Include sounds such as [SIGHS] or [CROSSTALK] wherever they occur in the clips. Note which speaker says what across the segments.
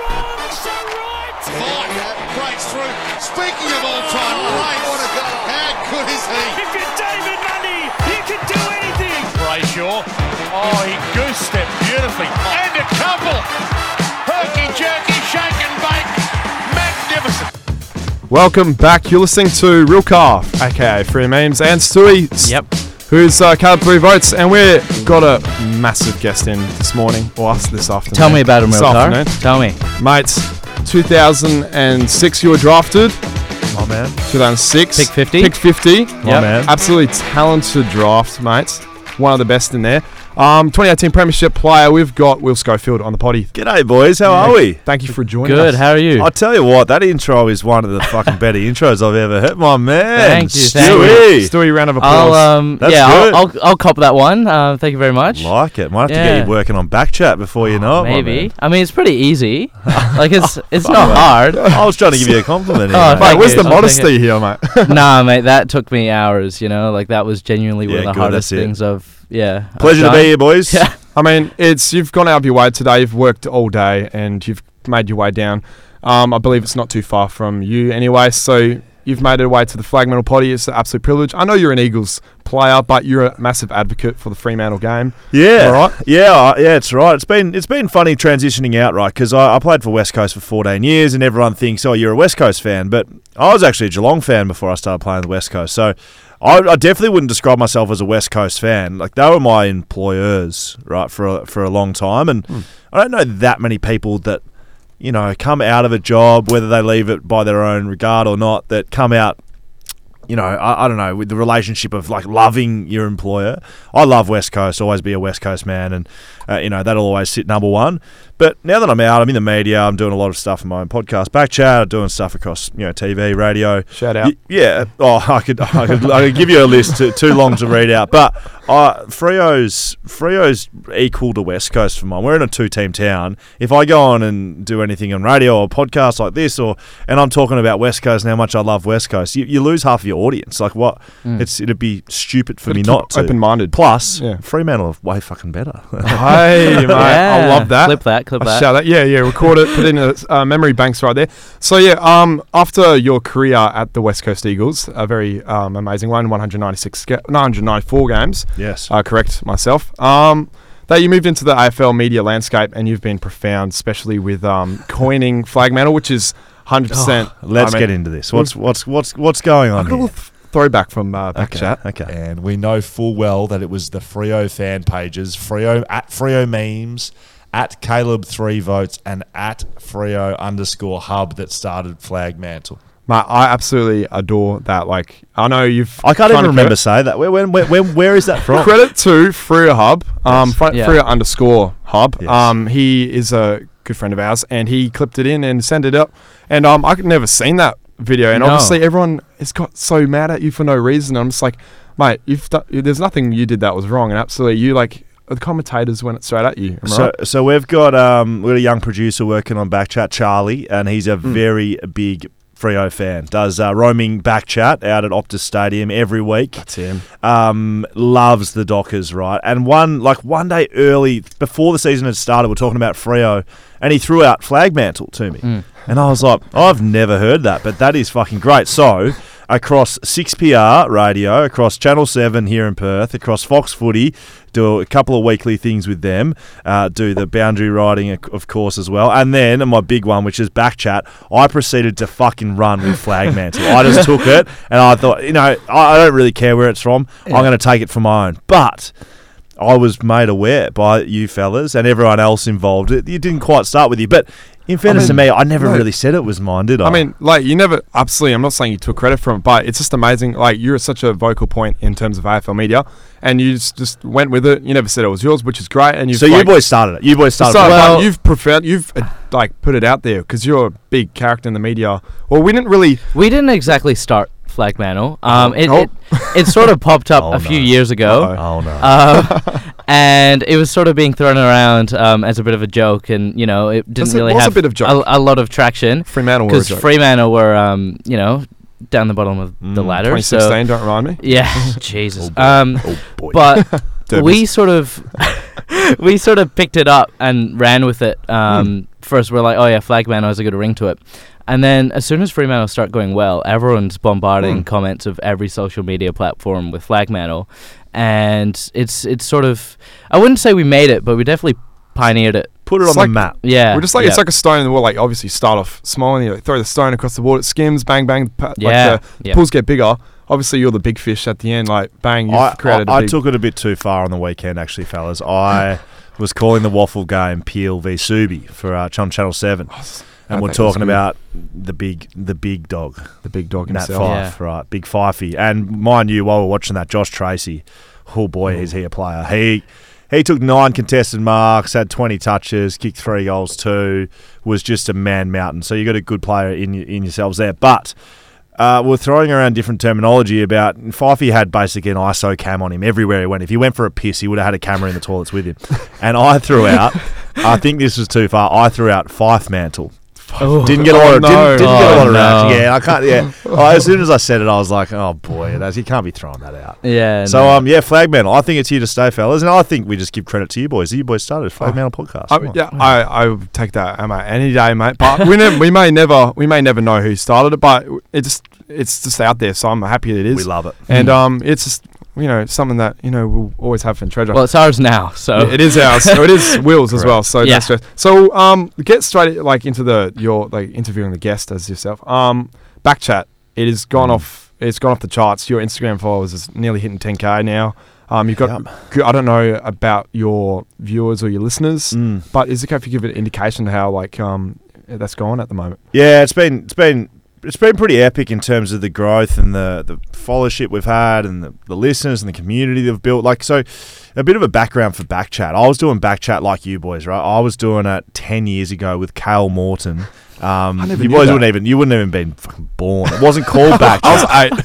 Speaker 1: so right.
Speaker 2: Mike breaks through. Speaking of all-time greats, Oh, what a goal! How good is he?
Speaker 1: If you're David Mundy, you can do anything. Brayshaw. Oh, he goose stepped beautifully. And a couple. Herky jerky, shake and bake. Magnificent.
Speaker 3: Welcome back. You're listening to Real Car, aka Free Memes, and Stewie.
Speaker 4: Yep.
Speaker 3: Who's uh, counted three votes, and we've got a massive guest in this morning, or us this afternoon.
Speaker 4: Tell me about him,
Speaker 3: this
Speaker 4: real car.
Speaker 3: afternoon.
Speaker 4: Tell me.
Speaker 3: Mates, 2006 you were drafted.
Speaker 5: My man.
Speaker 3: 2006.
Speaker 4: Pick 50.
Speaker 3: Pick 50.
Speaker 4: Yep.
Speaker 5: man.
Speaker 3: Absolutely talented draft, mates. One of the best in there. Um, 2018 Premiership player, we've got Will Schofield on the potty.
Speaker 5: G'day, boys. How are we?
Speaker 3: Thank you for joining us.
Speaker 4: Good. How are you?
Speaker 5: I tell you what, that intro is one
Speaker 4: [LAUGHS]
Speaker 5: of the fucking better intros I've ever heard. My man,
Speaker 4: Thank you, thank you.
Speaker 5: Stewie.
Speaker 3: Stewie, round of applause.
Speaker 4: I'll um
Speaker 5: That's
Speaker 4: yeah
Speaker 5: good.
Speaker 4: I'll, I'll I'll cop that one. Um, thank you very much.
Speaker 5: Like it. Might have to
Speaker 4: Yeah.
Speaker 5: get you working on backchat before you know it. my
Speaker 4: Maybe.
Speaker 5: man. Oh,
Speaker 4: I mean, it's
Speaker 5: [LAUGHS]
Speaker 4: pretty easy. like it's it's not
Speaker 5: man.
Speaker 4: hard.
Speaker 5: I was trying to give you a compliment.
Speaker 4: [LAUGHS] Oh,
Speaker 5: here, mate.
Speaker 3: Mate,
Speaker 4: thank
Speaker 3: where's
Speaker 4: you.
Speaker 3: the
Speaker 4: I'll take
Speaker 3: modesty here, mate? [LAUGHS]
Speaker 4: nah, mate, that took me hours. You know, like that was genuinely one
Speaker 5: Yeah,
Speaker 4: of the
Speaker 5: good,
Speaker 4: hardest
Speaker 5: that's it.
Speaker 4: things I've yeah. I've
Speaker 5: Pleasure to
Speaker 4: done.
Speaker 5: be here, boys.
Speaker 4: Yeah.
Speaker 3: I mean, it's you've gone out of your way today. You've worked all day and you've made your way down. Um, I believe it's not too far from you anyway. So you've made it away to the flag metal potty. It's an absolute privilege. I know you're an Eagles player, but you're a massive advocate for the Fremantle game.
Speaker 5: Yeah.
Speaker 3: All right.
Speaker 5: Yeah, I- yeah, it's right. It's been it's been funny transitioning out, right? Because I, I played for West Coast for 14 years, and everyone thinks, oh, you're a West Coast fan, but I was actually a Geelong fan before I started playing the West Coast. So I, I definitely wouldn't describe myself as a West Coast fan. Like they were my employers, right, for a, for a long time, and
Speaker 3: Hmm.
Speaker 5: I don't know that many people that you know come out of a job, whether they leave it by their own regard or not, that come out you know, I, I don't know, with the relationship of like loving your employer. I love West Coast, always be a West Coast man, and uh, you know that'll always sit number one. But now that I'm out, I'm in the media, I'm doing a lot of stuff in my own podcast, back chat, doing stuff across you know TV, radio.
Speaker 3: Shout out.
Speaker 5: Y- yeah. Oh, I could, I could, I could give you a list too, too long to read out, but uh, Frio's Frio's equal to West Coast for mine. We're in a two-team town. If I go on and do anything on radio or podcast like this, or and I'm talking about West Coast and how much I love West Coast, you, you lose half of your audience. Like what? It's it'd be stupid for
Speaker 3: Gotta
Speaker 5: me
Speaker 3: keep
Speaker 5: not to.
Speaker 3: open-minded.
Speaker 5: Plus,
Speaker 3: Yeah.
Speaker 5: Fremantle are way fucking better. [LAUGHS]
Speaker 3: Hey, mate, I
Speaker 4: Yeah.
Speaker 3: love that.
Speaker 4: Clip that. Clip
Speaker 3: I
Speaker 4: that.
Speaker 3: Shout that. Yeah, yeah. Record it. Put it in the uh, memory banks right there. So yeah, um, after your career at the West Coast Eagles, a very um, amazing one, 196, ga- 994 games.
Speaker 5: Yes.
Speaker 3: Uh, correct myself. Um, that you moved into the AFL media landscape and you've been profound, especially with
Speaker 5: [LAUGHS]
Speaker 3: um, coining flag mantle, which is 100. percent
Speaker 5: Oh, Let's get into this. What's what's what's what's going on
Speaker 3: I've got a
Speaker 5: here?
Speaker 3: little th- throwback from uh, back
Speaker 5: Okay.
Speaker 3: chat.
Speaker 5: Okay.
Speaker 6: and we know full well that it was the Frio fan pages, Frio at Frio memes, at Caleb three votes, and at Frio underscore hub that started Flag Mantle.
Speaker 3: Mate, I absolutely adore that. Like, I know you've.
Speaker 5: I can't
Speaker 3: kinda
Speaker 5: even remember
Speaker 3: credit-
Speaker 5: saying that. Where, when, where, where, where is
Speaker 3: [LAUGHS]
Speaker 5: that from?
Speaker 3: Credit to Freer Hub, um, fr-
Speaker 4: Yeah.
Speaker 3: Freer underscore Hub.
Speaker 5: Yes.
Speaker 3: Um, he is a good friend of ours, and he clipped it in and sent it up. And um, I could never seen that video, and
Speaker 4: No.
Speaker 3: obviously everyone has got so mad at you for no reason. I'm just like, mate, you've do- there's nothing you did that was wrong, and absolutely you like the commentators went straight at you. Am I
Speaker 5: So,
Speaker 3: right?
Speaker 5: so we've got um, we've got a young producer working on Backchat, Charlie, and he's a
Speaker 3: Hmm.
Speaker 5: very big Frio fan. Does uh, roaming Backchat out at Optus Stadium every week. That's
Speaker 3: him.
Speaker 5: Um, loves the Dockers, right? And one like one day early before the season had started, we're talking about Frio, and he threw out flag mantle to me,
Speaker 3: Hmm.
Speaker 5: and I was like, I've never heard that, but that is fucking great. So. Across 6PR radio, across Channel 7 here in Perth, across Fox Footy, do a couple of weekly things with them, uh, do the boundary riding, of- of course, as well. And then my big one, which is Backchat, I proceeded to fucking run with Flag Mantle. I just took it and I thought, you know, I, I don't really care where it's from. I'm going to take it for my own. But. I was made aware by you fellas and everyone else involved. It, it didn't quite start with you, but in fairness
Speaker 3: mean,
Speaker 5: to me, I never
Speaker 3: no.
Speaker 5: really said it was mine, did I?
Speaker 3: I mean, like you never absolutely. I'm not saying you took credit from it, but it's just amazing. Like you're such a vocal point in terms of AFL media, and you just, just went with it. You never said it was yours, which is great. And you
Speaker 5: so you boys started it. You boys started.
Speaker 3: So,
Speaker 5: it.
Speaker 3: but
Speaker 4: Well-
Speaker 3: you've preferred, you've uh, like put it out there because you're a big character in the media. Well, we didn't really.
Speaker 4: We didn't exactly start Flag Mantle. Um, it,
Speaker 3: Nope.
Speaker 4: it it sort of popped up
Speaker 5: [LAUGHS] Oh,
Speaker 4: a few
Speaker 5: no.
Speaker 4: years ago.
Speaker 5: oh no.
Speaker 3: Uh, [LAUGHS]
Speaker 4: um, and it was sort of being thrown around um, as a bit of a joke, and you know, it didn't
Speaker 3: Yes, it
Speaker 4: really
Speaker 3: was a
Speaker 4: have
Speaker 3: bit of joke.
Speaker 4: A, a lot of traction.
Speaker 3: Fremantle were a
Speaker 4: because
Speaker 3: joke.
Speaker 4: Fremantle were, um, you know, down the bottom of
Speaker 3: Mm,
Speaker 4: the ladder. So
Speaker 3: [LAUGHS] 2016, don't remind me.
Speaker 4: yeah, Jesus.
Speaker 5: boy.
Speaker 4: Um,
Speaker 3: [LAUGHS]
Speaker 5: oh boy.
Speaker 4: but
Speaker 3: Derbies.
Speaker 4: we sort of [LAUGHS] we sort of picked it up and ran with it.
Speaker 3: Hmm.
Speaker 4: Um, First, we're like, oh yeah, flag man has a good ring to it. And then as soon as Fremantle start going well, everyone's
Speaker 3: Hmm.
Speaker 4: bombarding comments of every social media platform with flag Mantle. And it's it's sort of I wouldn't say we made it, but we definitely pioneered it.
Speaker 5: Put it
Speaker 3: It's
Speaker 5: on
Speaker 3: like-
Speaker 5: the map.
Speaker 4: Yeah.
Speaker 3: We're just like
Speaker 4: yeah.
Speaker 3: it's like a stone in the wall. Like obviously, start off small and you like, throw the stone across the water. It skims, bang, bang. the pa- Like uh,
Speaker 4: Yeah,
Speaker 3: the, the
Speaker 4: yeah.
Speaker 3: pools get bigger. Obviously, you're the big fish at the end. Like bang, you've
Speaker 5: I,
Speaker 3: created. a
Speaker 5: I, I
Speaker 3: big, [LAUGHS]
Speaker 5: took it a bit too far on the weekend, actually, fellas. I was calling the waffle game Peel v Subi for uh, on Channel Seven, and
Speaker 3: I
Speaker 5: we're
Speaker 3: think it was
Speaker 5: talking
Speaker 3: good.
Speaker 5: about the big, the big dog,
Speaker 3: the big dog
Speaker 5: Nat
Speaker 3: himself.
Speaker 5: Fife, right? Big Fifey, and mind you, while we're watching that, Josh Tracy, oh boy,
Speaker 3: Mm.
Speaker 5: is he a player? He he took nine contested marks, had twenty touches, kicked three goals, two was just a man mountain. So you got a good player in y- in yourselves there, but. Uh, we're throwing around different terminology about Fifey had basically an ISO cam on him everywhere he went. If he went for a piss, he would have had a camera in the toilets
Speaker 3: [LAUGHS]
Speaker 5: with him. And I threw out, I think this was too far. I threw out Fife Mantle. Didn't get a lot of
Speaker 3: Oh,
Speaker 5: didn't, didn't
Speaker 3: no.
Speaker 5: get a lot of reaction.
Speaker 4: Oh, no.
Speaker 5: Yeah, I can't. Yeah,
Speaker 3: [LAUGHS]
Speaker 5: I- as soon as I said it, I was like, oh boy, that's, he can't be throwing that out.
Speaker 4: Yeah.
Speaker 5: So
Speaker 4: no.
Speaker 5: um, yeah, flag mantle. I think it's here to stay, fellas, and I think we just give credit to you boys. You boys started flag mantle podcast.
Speaker 3: Oh. I,
Speaker 5: Come on.
Speaker 3: yeah, I, I would take that am I, any day, mate. But we, never, we may never we may never know who started it, but it just it's just out there. So I'm happy that it is.
Speaker 5: we love it.
Speaker 3: and um, it's just you know something that you know we'll always have in treasure.
Speaker 4: well, it's ours now. So
Speaker 3: Yeah, it is ours. so it
Speaker 4: [LAUGHS]
Speaker 3: is Will's as well. So
Speaker 4: Yeah.
Speaker 3: no stress. So um, get straight like into the your like interviewing the guest as yourself. Um, back chat. It has gone off. It's gone off the charts. Your Instagram followers is nearly hitting 10k now. Um, you've got. good I don't know about your viewers or your listeners,
Speaker 5: Mm.
Speaker 3: but is it okay if you give an indication of how like um that's gone at the moment?
Speaker 5: Yeah, it's been it's been it's been pretty epic in terms of the growth and the the followership we've had and the, the listeners and the community they've built. Like so, a bit of a background for Backchat. I was doing Backchat like you boys, right? I was doing it ten years ago with Cale Morton. Um, you
Speaker 3: never knew
Speaker 5: boys
Speaker 3: that.
Speaker 5: wouldn't even you wouldn't even been fucking born. It wasn't called
Speaker 3: [LAUGHS]
Speaker 5: Backchat. No,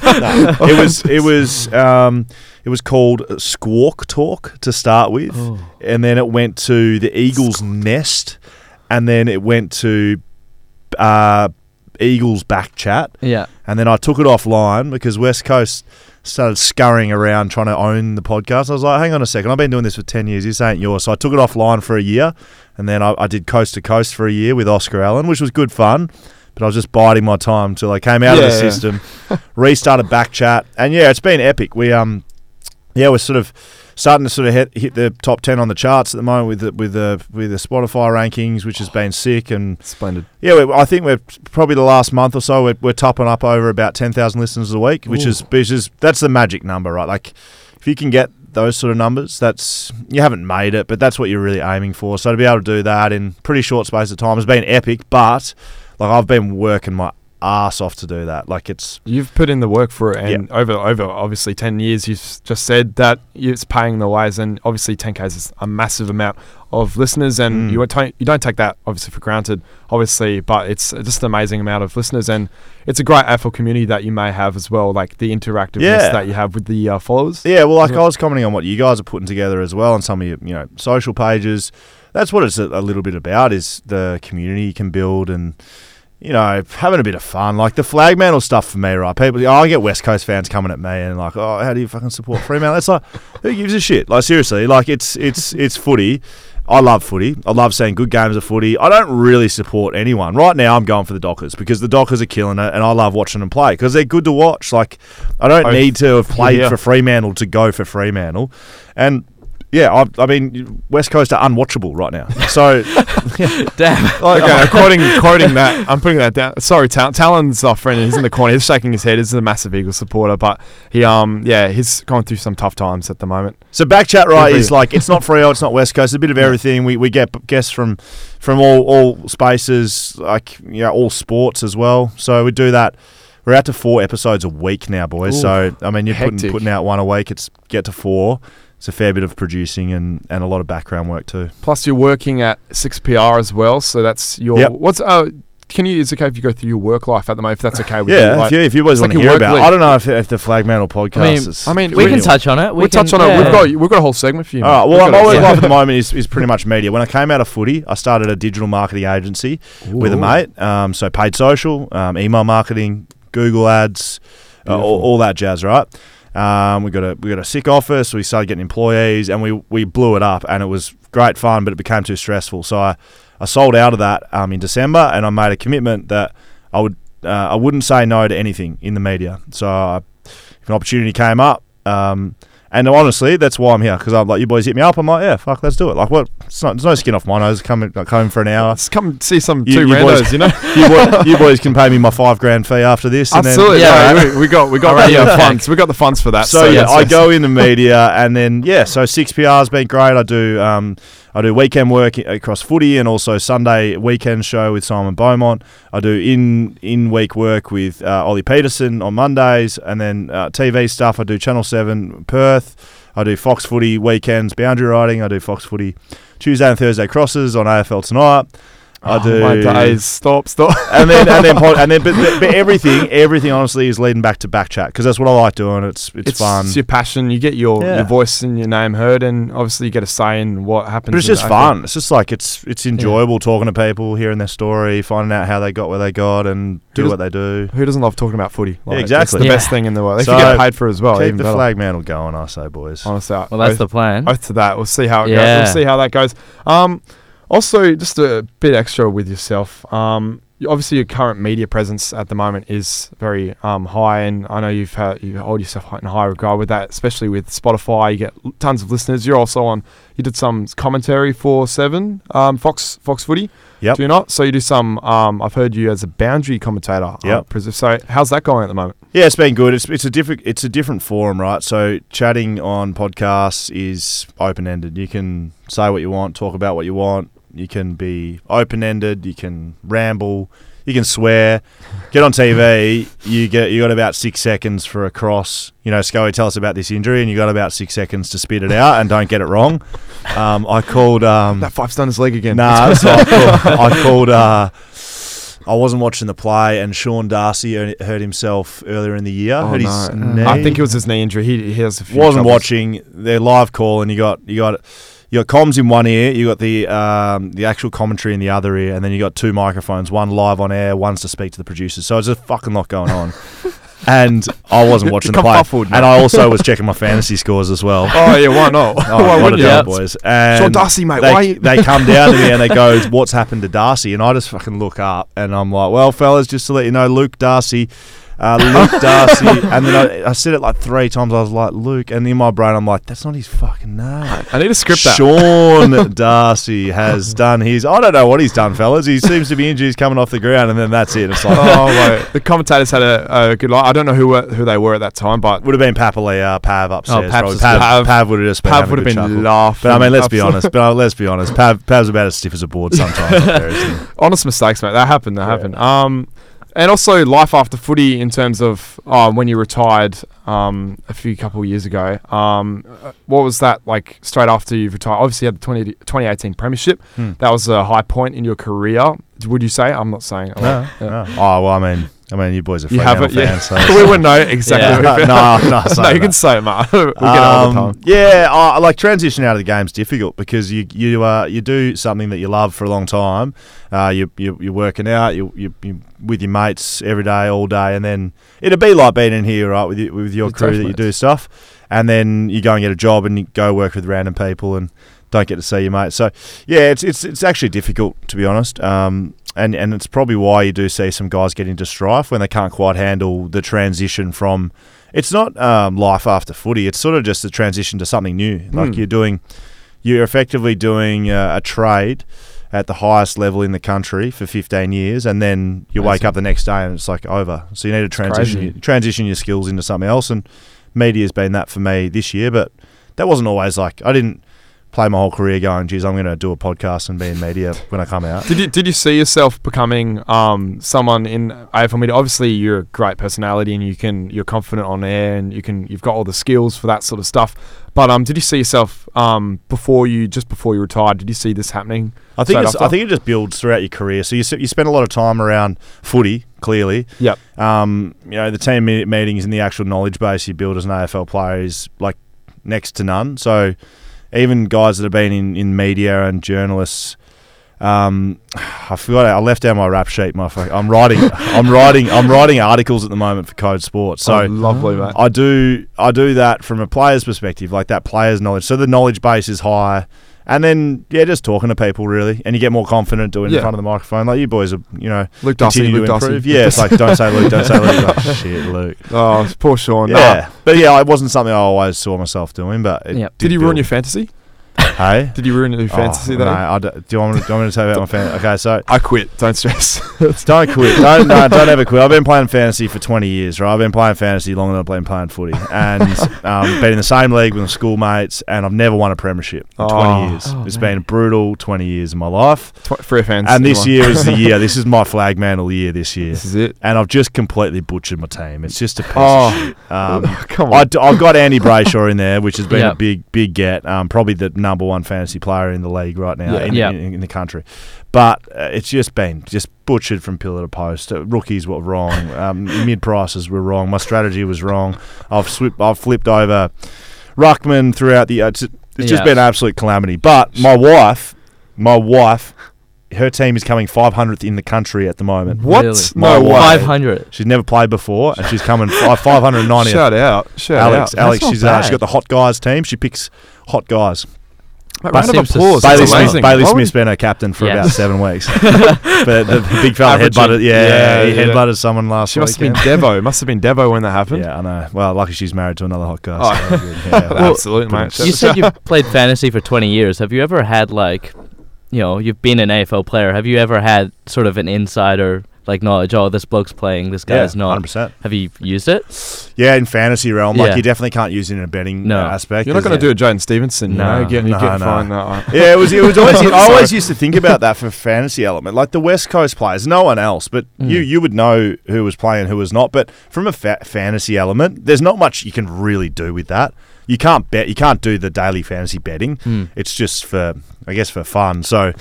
Speaker 5: it was it was um, it was called Squawk Talk to start with,
Speaker 3: Oh.
Speaker 5: and then it went to the Eagles Nest, and then it went to uh, Eagles back chat,
Speaker 4: [LAUGHS] yeah.
Speaker 5: and then I took it offline because West Coast started scurrying around trying to own the podcast. I was like, hang on a second, I've been doing this for ten years. This ain't yours. So I took it offline for a year, and then I, I did coast to coast for a year with Oscar Allen, which was good fun. But I was just biding my time till I came out of the
Speaker 3: Yeah, yeah.
Speaker 5: system, [LAUGHS] restarted back chat, and yeah, it's been epic. We um, yeah, we're sort of starting to sort of hit, hit the top ten on the charts at the moment with the, with the with the Spotify rankings, which has been sick and.
Speaker 3: Splendid.
Speaker 5: Yeah, we I think we're probably the last month or so we're, we're topping up over about ten thousand listeners a week, which is which is that's the magic number, right? Like if you can get those sort of numbers, that's you haven't made it, but that's what you're really aiming for. So to be able to do that in pretty short space of time has been epic, but like I've been working my ass off to do that. Like it's
Speaker 3: You've put in the work for it, and over over obviously ten years. You've s- just said that it's paying the ways, and obviously ten k is a massive amount of listeners, and
Speaker 5: Mm.
Speaker 3: you don't you don't take that obviously for granted, obviously, but it's just an amazing amount of listeners, and it's a great AFL community that you may have as well, like the interactiveness
Speaker 5: Yeah.
Speaker 3: that you have with the uh, followers.
Speaker 5: Yeah, well, like I was commenting on what you guys are putting together as well, on some of your you know social pages. That's what it's a, a little bit about is the community you can build and you know having a bit of fun. Like the flag mantle stuff for me, right? People, I get West Coast fans coming at me and like, oh, how do you fucking support Fremantle? It's like, who gives a shit? Like seriously, like it's it's it's footy. I love footy. I love seeing good games of footy. I don't really support anyone. Right now, I'm going for the Dockers because the Dockers are killing it, and I love watching them play because they're good to watch. Like, I don't
Speaker 3: Oh,
Speaker 5: need to have played
Speaker 3: yeah.
Speaker 5: for Fremantle to go for Fremantle, and yeah, I, I mean West Coast are unwatchable right [LAUGHS] now. So
Speaker 4: Damn.
Speaker 5: like,
Speaker 3: Okay,
Speaker 5: [LAUGHS]
Speaker 3: I'm quoting quoting that, I'm putting that down. Sorry, Tal- Talon's our friend. and He's in the corner. He's shaking his head. He's a massive Eagles supporter, but he um yeah he's going through some tough times at the moment.
Speaker 5: So backchat right
Speaker 3: Agreed.
Speaker 5: is like it's not Freo, it's not West Coast, it's a bit of everything. We, we get guests from from all all spaces, like you know, all sports as well. So we do that. We're out to four episodes a week now, boys. so I mean, you're putting,
Speaker 3: hectic.
Speaker 5: putting out one a week. It's get to four. It's a fair bit of producing and, and a lot of background work too.
Speaker 3: Plus, you're working at Six PR as well, so that's your
Speaker 5: Yep.
Speaker 3: what's. Uh, can you? Is it okay if you go through your work life at the moment? If that's okay with you?
Speaker 5: Yeah,
Speaker 3: like-
Speaker 5: if you, if you boys
Speaker 3: it's
Speaker 5: want
Speaker 3: like
Speaker 5: to
Speaker 3: your
Speaker 5: hear
Speaker 3: work
Speaker 5: about,
Speaker 3: lead.
Speaker 5: I don't know if, if the Flag Mantle podcast
Speaker 4: I mean-
Speaker 5: is.
Speaker 3: I mean,
Speaker 4: We
Speaker 3: We-
Speaker 4: can touch on it.
Speaker 3: We'll
Speaker 4: We can,
Speaker 3: touch on it. We've
Speaker 4: yeah.
Speaker 3: got we've got a whole segment for you.
Speaker 5: All right.
Speaker 3: mate.
Speaker 5: Well,
Speaker 3: We've
Speaker 5: my
Speaker 3: got
Speaker 5: work
Speaker 3: it.
Speaker 5: life
Speaker 3: [LAUGHS]
Speaker 5: at the moment is, is pretty much media. When I came out of footy, I started a digital marketing agency with a
Speaker 3: [LAUGHS]
Speaker 5: mate. Um, so paid social, um, email marketing, Google ads, uh, all, all that jazz, right? Um, we got a we got a sick office. We started getting employees, and we we blew it up, and it was great fun. But it became too stressful, so I, I sold out of that um, in December, and I made a commitment that I would uh, I wouldn't say no to anything in the media. So I, if an opportunity came up, um, and honestly, that's why I'm here because I'm like, you boys hit me up. I'm like, yeah, fuck, let's do it. Like, what? It's not, there's no skin off my nose. Come like, home for an hour.
Speaker 3: Let's come see some
Speaker 5: You-
Speaker 3: two
Speaker 5: you boys- [LAUGHS]
Speaker 3: randos, you know.
Speaker 5: you,
Speaker 3: [LAUGHS]
Speaker 5: boys, you boys can pay me my five grand fee after this. And Then,
Speaker 3: Absolutely,
Speaker 4: Yeah.
Speaker 3: no, we, we got we got the uh, funds. We got the funds for that.
Speaker 5: so yeah,
Speaker 3: yes,
Speaker 5: I
Speaker 3: yes.
Speaker 5: go in
Speaker 3: [LAUGHS]
Speaker 5: the media, and then yeah, so six PR's been great. I do um, I do weekend work i- across footy, and also Sunday weekend show with Simon Beaumont. I do in in week work with uh, Ollie Peterson on Mondays, and then uh, TV stuff. I do Channel Seven Perth. I do Fox Footy weekends boundary riding. I do Fox Footy Tuesday and Thursday crosses on AFL tonight. I do
Speaker 3: Oh, my days. Stop, stop.
Speaker 5: and then and then pod, and then but, but, but everything everything honestly is leading back to back chat because that's what I like doing. It's [LAUGHS] it's, fun.
Speaker 3: It's your passion. You get your,
Speaker 5: Yeah.
Speaker 3: your voice and your name heard, and obviously you get a say in what happens.
Speaker 5: but it's
Speaker 3: in
Speaker 5: just
Speaker 3: the
Speaker 5: fun. It's just like it's it's enjoyable talking to people, hearing their story, finding out how they got where they got, and
Speaker 3: Who
Speaker 5: do
Speaker 3: does-
Speaker 5: what they do.
Speaker 3: AFL. Who doesn't love talking about footy?
Speaker 5: Yeah,
Speaker 3: It's the
Speaker 5: exactly.
Speaker 3: best thing in the world. They
Speaker 5: So,
Speaker 3: could get paid for it as well.
Speaker 5: Keep
Speaker 3: even
Speaker 5: the
Speaker 3: better.
Speaker 5: flag mantle going, I say, boys.
Speaker 3: Honestly, I-
Speaker 4: Well, that's
Speaker 3: oath,
Speaker 4: the
Speaker 5: Mm-hmm.
Speaker 4: plan.
Speaker 3: oath to that. We'll see how it
Speaker 4: Yeah.
Speaker 3: goes. We'll see how that goes. Um, also, just a bit extra with yourself. Um, you- obviously, your current media presence at the moment is very um, high, and I know you've had, you hold yourself hi- in high regard with that, especially with Spotify. You get l- tons of listeners. You're also on. You did some commentary for Seven um, Fox Fox Footy.
Speaker 5: Yep.
Speaker 3: Do you not? So you do some. Um, I've heard you as a boundary commentator. um,
Speaker 5: Yep.
Speaker 3: pres- so how's that going at the moment?
Speaker 5: Yeah, it's been good. It's it's a different it's a different forum, right? So chatting on podcasts is open ended. You can say what you want, talk about what you want. You can be open ended. You can ramble. You can swear. Get on TV. You get you got about six seconds for a cross. You know, Scully, tell us about this injury, and you got about six seconds to spit it out and don't get it wrong. Um, I called. Um,
Speaker 3: That five stunners leg again. [LAUGHS]
Speaker 5: Nah, so I called. I, called uh, I wasn't watching the play, and Sean Darcy hurt hurt himself earlier in the year.
Speaker 3: Oh,
Speaker 5: hurt
Speaker 3: no.
Speaker 5: his knee.
Speaker 3: I think it was his knee injury. He, he has a few
Speaker 5: wasn't
Speaker 3: troubles.
Speaker 5: watching their live call, and you got you got you got comms in one ear, you got the um, the actual commentary in the other ear, and then you got two microphones, one live on air, one's to speak to the producers. So it's a fucking lot going
Speaker 3: [LAUGHS]
Speaker 5: on. And I wasn't
Speaker 3: You
Speaker 5: watching the play,
Speaker 3: kerfuffled,
Speaker 5: and I also was checking my fantasy scores as
Speaker 3: [LAUGHS]
Speaker 5: well.
Speaker 3: Oh yeah, why
Speaker 5: [LAUGHS]
Speaker 3: not?
Speaker 5: Oh,
Speaker 3: why
Speaker 5: what a
Speaker 3: wouldn't you?
Speaker 5: job, boys. And
Speaker 3: Sean Darcy, mate,
Speaker 5: They,
Speaker 3: why you- [LAUGHS]
Speaker 5: they come down to me and they go, "What's happened to Darcy?" And I just fucking look up and I'm like, "Well, fellas, just to let you know, Luke Darcy." Uh,
Speaker 3: [LAUGHS]
Speaker 5: Luke Darcy, and then I, I said it like three times. I was like, Luke, and in my brain, I'm like, that's not his fucking name.
Speaker 3: I need a script that.
Speaker 5: Sean Darcy has done his. I don't know what he's done, fellas. He seems to be injured. He's coming off the ground, and then that's it. It's like,
Speaker 3: [LAUGHS]
Speaker 5: oh, [LAUGHS]
Speaker 3: [LAUGHS] Oh wait, the commentators had a, a good line. I don't know who were, who they were at that time, but
Speaker 5: would have been Papalea, Pav upstairs.
Speaker 4: Pav's
Speaker 5: probably.
Speaker 4: is
Speaker 5: Pav,
Speaker 3: good.
Speaker 5: Pav, would have just been
Speaker 3: Oh, Pav
Speaker 5: having a
Speaker 3: would have
Speaker 5: good
Speaker 3: been
Speaker 5: chuckle.
Speaker 3: laughing.
Speaker 5: But I mean, let's be
Speaker 3: Absolute-
Speaker 5: honest. But uh, let's be honest. Pav, Pav's about as stiff as a board sometimes.
Speaker 3: [LAUGHS]
Speaker 5: up there, isn't he?
Speaker 3: Honest mistakes, mate. That happened. That happened. Um, and also life after footy in terms of uh, when you retired um, a few couple years ago. Um, uh, what was that like straight after you retired? Obviously, you had the 20, 2018 Premiership.
Speaker 5: Hmm.
Speaker 3: That was a high point in your career. Would you say? I'm not saying.
Speaker 5: No, no. Oh well, I mean, I mean, you boys are
Speaker 3: You
Speaker 5: Fremantle
Speaker 3: haven't- yeah.
Speaker 5: fans, so
Speaker 3: [LAUGHS] we wouldn't know exactly.
Speaker 4: Yeah.
Speaker 3: what [LAUGHS] you feel.
Speaker 5: no, no,
Speaker 3: no,
Speaker 5: sorry,
Speaker 3: you
Speaker 5: mate.
Speaker 3: can say it, mate. [LAUGHS] we'll get it all the
Speaker 5: Um,
Speaker 3: time.
Speaker 5: yeah, I, like transition out of the game's difficult because you you uh, you do something that you love for a long time. Uh, you, you you're working out, you you you with your mates every day, all day, and then it'd be like being in here, right, with your, with your
Speaker 3: With
Speaker 5: crew
Speaker 3: toast
Speaker 5: that you
Speaker 3: mates.
Speaker 5: do stuff, and then you go and get a job and you go work with random people and don't get to see your mates. So yeah, it's it's it's actually difficult to be honest. Um, and and it's probably why you do see some guys get into strife when they can't quite handle the transition from. It's not um, life after footy. It's sort of just the transition to something new. Like
Speaker 3: Mm.
Speaker 5: you're doing, you're effectively doing uh, a trade at the highest level in the country for 15 years, and then you wake up the next day and it's like over. So you need to transition
Speaker 3: crazy.
Speaker 5: transition your skills into something else. And media's been that for me this year, but that wasn't always like I didn't play my whole career going, geez, I'm going to do a podcast and be in media when I come out.
Speaker 3: Did you did you see yourself becoming um, someone in AFL media? Obviously, you're a great personality and you can you're confident on air and you can you've got all the skills for that sort of stuff. But um, did you see yourself um, before you just before you retired? Did you see this happening?
Speaker 5: I think
Speaker 3: straight
Speaker 5: it's,
Speaker 3: after?
Speaker 5: I think it just builds throughout your career. So you s- you spend a lot of time around footy, clearly.
Speaker 3: Yep.
Speaker 5: Um, you know the team me- meetings and the actual knowledge base you build as an AFL player is like next to none. So even guys that have been in, in media and journalists Um, [SIGHS] I forgot. I left down my rap sheet. My fuck- I'm writing. [LAUGHS] I'm writing. I'm writing articles at the moment for Code Sport. So
Speaker 3: Oh, lovely, mate.
Speaker 5: I do I do that from a player's perspective, like that player's knowledge. So the knowledge base is high. And then yeah, just talking to people really. And you get more confident doing it
Speaker 3: Yeah.
Speaker 5: in front of the microphone. Like you boys are you know
Speaker 3: Luke Darcy,
Speaker 5: continue
Speaker 3: Luke
Speaker 5: to
Speaker 3: Darcy.
Speaker 5: improve. Yeah, it's like don't say Luke, don't say Luke. Like, shit, Luke.
Speaker 3: [LAUGHS] Oh, poor Sean. Nah.
Speaker 5: Yeah. But yeah, it wasn't something I always saw myself doing, but it
Speaker 4: Yep.
Speaker 3: Did he ruin
Speaker 5: build-
Speaker 3: your fantasy?
Speaker 5: Hey?
Speaker 3: Did he ruin your [LAUGHS] fantasy
Speaker 5: oh,
Speaker 3: though?
Speaker 5: No, I don't, do you want me to, do you want me to tell you about my fan? Okay, so
Speaker 3: I quit. Don't [LAUGHS] stress.
Speaker 5: Don't quit. Don't no, don't ever quit. I've been playing fantasy for twenty years, right? I've been playing fantasy longer than I've been playing footy,
Speaker 3: [LAUGHS]
Speaker 5: and um, been in the same league with my schoolmates, and I've never won a premiership in
Speaker 3: Oh.
Speaker 5: twenty years.
Speaker 4: Oh,
Speaker 5: It's
Speaker 4: man.
Speaker 5: been brutal twenty years of my life,
Speaker 3: Tw- Free fans.
Speaker 5: and this
Speaker 3: anyway.
Speaker 5: year is the
Speaker 3: [LAUGHS]
Speaker 5: year. This is my flag mantle year this year,
Speaker 3: this is it.
Speaker 5: and I've just completely butchered my team. It's just a piece. of
Speaker 3: Oh,
Speaker 5: shit. Um,
Speaker 3: come
Speaker 5: I
Speaker 3: on.
Speaker 5: d- I've got Andy [LAUGHS] Brayshaw in there, which has been
Speaker 4: Yeah.
Speaker 5: a big, big get. Um, probably the number one fantasy player in the league right now
Speaker 3: Yeah.
Speaker 5: In,
Speaker 4: Yeah.
Speaker 5: In, in the country. But uh, it's just been just butchered from pillar to post. Uh, rookies were [LAUGHS] wrong. Um, Mid prices were wrong. My strategy was wrong. I've swi I've flipped over Ruckman throughout the. uh, It's, it's just
Speaker 4: Yeah.
Speaker 5: been an absolute calamity. But my wife, my wife, her team is coming 500th in the country at the moment.
Speaker 3: what?
Speaker 4: Really?
Speaker 3: No
Speaker 5: My
Speaker 3: way.
Speaker 5: wife.
Speaker 4: Five
Speaker 3: [LAUGHS]
Speaker 4: hundred.
Speaker 5: She's never played before, and she's coming 590th.
Speaker 3: Shout out. Shout
Speaker 5: Alex,
Speaker 3: out.
Speaker 5: Alex,
Speaker 3: That's not
Speaker 5: she's uh,
Speaker 3: bad.
Speaker 5: she's got the hot guys team. She picks hot guys.
Speaker 3: Mate, round of
Speaker 4: Seems to
Speaker 3: applause.
Speaker 4: That's
Speaker 5: Bailey
Speaker 3: That's
Speaker 5: Smith,
Speaker 3: amazing.
Speaker 5: Bailey
Speaker 3: Why would-
Speaker 5: Smith's been her captain for
Speaker 4: Yeah.
Speaker 5: about
Speaker 3: [LAUGHS]
Speaker 5: seven weeks. [LAUGHS] but the, the big fella
Speaker 3: Averaging.
Speaker 5: headbutted, yeah,
Speaker 3: Yeah,
Speaker 5: he
Speaker 3: yeah.
Speaker 5: headbutted someone last
Speaker 3: She
Speaker 5: week.
Speaker 3: must have been Devo. Must have been Devo when that happened.
Speaker 5: yeah, I know. Well, lucky she's married to another hot guy.
Speaker 3: Oh.
Speaker 5: so that's good. Yeah,
Speaker 3: [LAUGHS]
Speaker 4: Well,
Speaker 3: Absolutely, mate.
Speaker 4: You said you've played fantasy for 20 years. Have you ever had like, you know, you've been an AFL player. Have you ever had sort of an insider like knowledge? Oh, this bloke's playing. This
Speaker 5: yeah,
Speaker 4: guy's not.
Speaker 5: 100%.
Speaker 4: Have you used it?
Speaker 5: Yeah, in fantasy realm,
Speaker 4: Yeah.
Speaker 5: like you definitely can't use it in a betting
Speaker 4: No.
Speaker 5: uh, aspect.
Speaker 3: You're not
Speaker 5: 'cause-
Speaker 3: going to do a Jaden Stevenson.
Speaker 5: No.
Speaker 3: No, you're getting, you're
Speaker 5: No,
Speaker 3: getting
Speaker 5: no.
Speaker 3: fined that one.
Speaker 5: Yeah, it was. It was always. I always used to think about that for fantasy element, like the West Coast players, no one else, but you. You would know who was playing, who was not. But from a fa- fantasy element, there's not much you can really do with that. You can't bet. You can't do the daily fantasy betting. It's just for, I guess, for fun. So.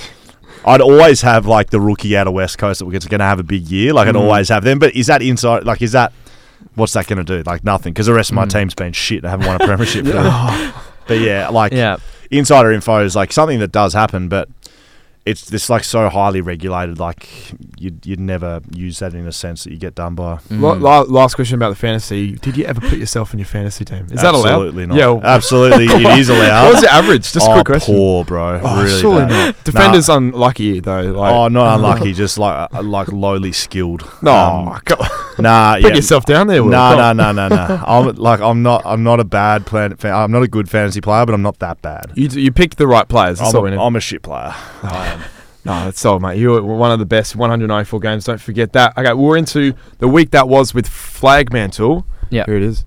Speaker 5: I'd always have like the rookie out of West Coast that was going to have a big year. Like I'd always have them, but is that inside? Like is that what's that going to do? Like nothing because the rest of my team's been shit. I haven't won a premiership. for them. But yeah, like
Speaker 4: Yeah.
Speaker 5: insider info is like something that does happen, but it's this like so highly regulated. Like you'd you'd never use that in a sense that you get done by.
Speaker 3: La- la- last question about the fantasy. Did you ever put yourself in your fantasy team? Is
Speaker 5: Absolutely
Speaker 3: that
Speaker 5: not.
Speaker 3: allowed? Yeah. well,
Speaker 5: Absolutely, it
Speaker 3: [LAUGHS]
Speaker 5: is allowed.
Speaker 3: What was the average? Just a
Speaker 5: oh,
Speaker 3: quick question.
Speaker 5: poor bro.
Speaker 3: Oh,
Speaker 5: really
Speaker 3: surely
Speaker 5: bad.
Speaker 3: not. Defenders unlucky though. Like,
Speaker 5: Oh, not
Speaker 3: [LAUGHS]
Speaker 5: unlucky, just like uh, like lowly skilled.
Speaker 3: no,
Speaker 5: Um,
Speaker 3: come on.
Speaker 5: nah,
Speaker 3: put
Speaker 5: yeah.
Speaker 3: yourself down there. Will.
Speaker 5: No,
Speaker 3: Come
Speaker 5: no,
Speaker 3: on.
Speaker 5: no, no, no.
Speaker 3: [LAUGHS]
Speaker 5: I'm like I'm not I'm not a bad plan. Fan, I'm not a good fantasy player, but I'm not that bad.
Speaker 3: You, you picked the right players. That's
Speaker 5: I'm
Speaker 3: all we
Speaker 5: a,
Speaker 3: need.
Speaker 5: I'm a shit player. I am.
Speaker 3: No, Oh, that's all, mate. You were one of the best. 194 games. Don't forget that. Okay, we're into the week that was with Flagmantle.
Speaker 4: Yeah.
Speaker 3: Here it is.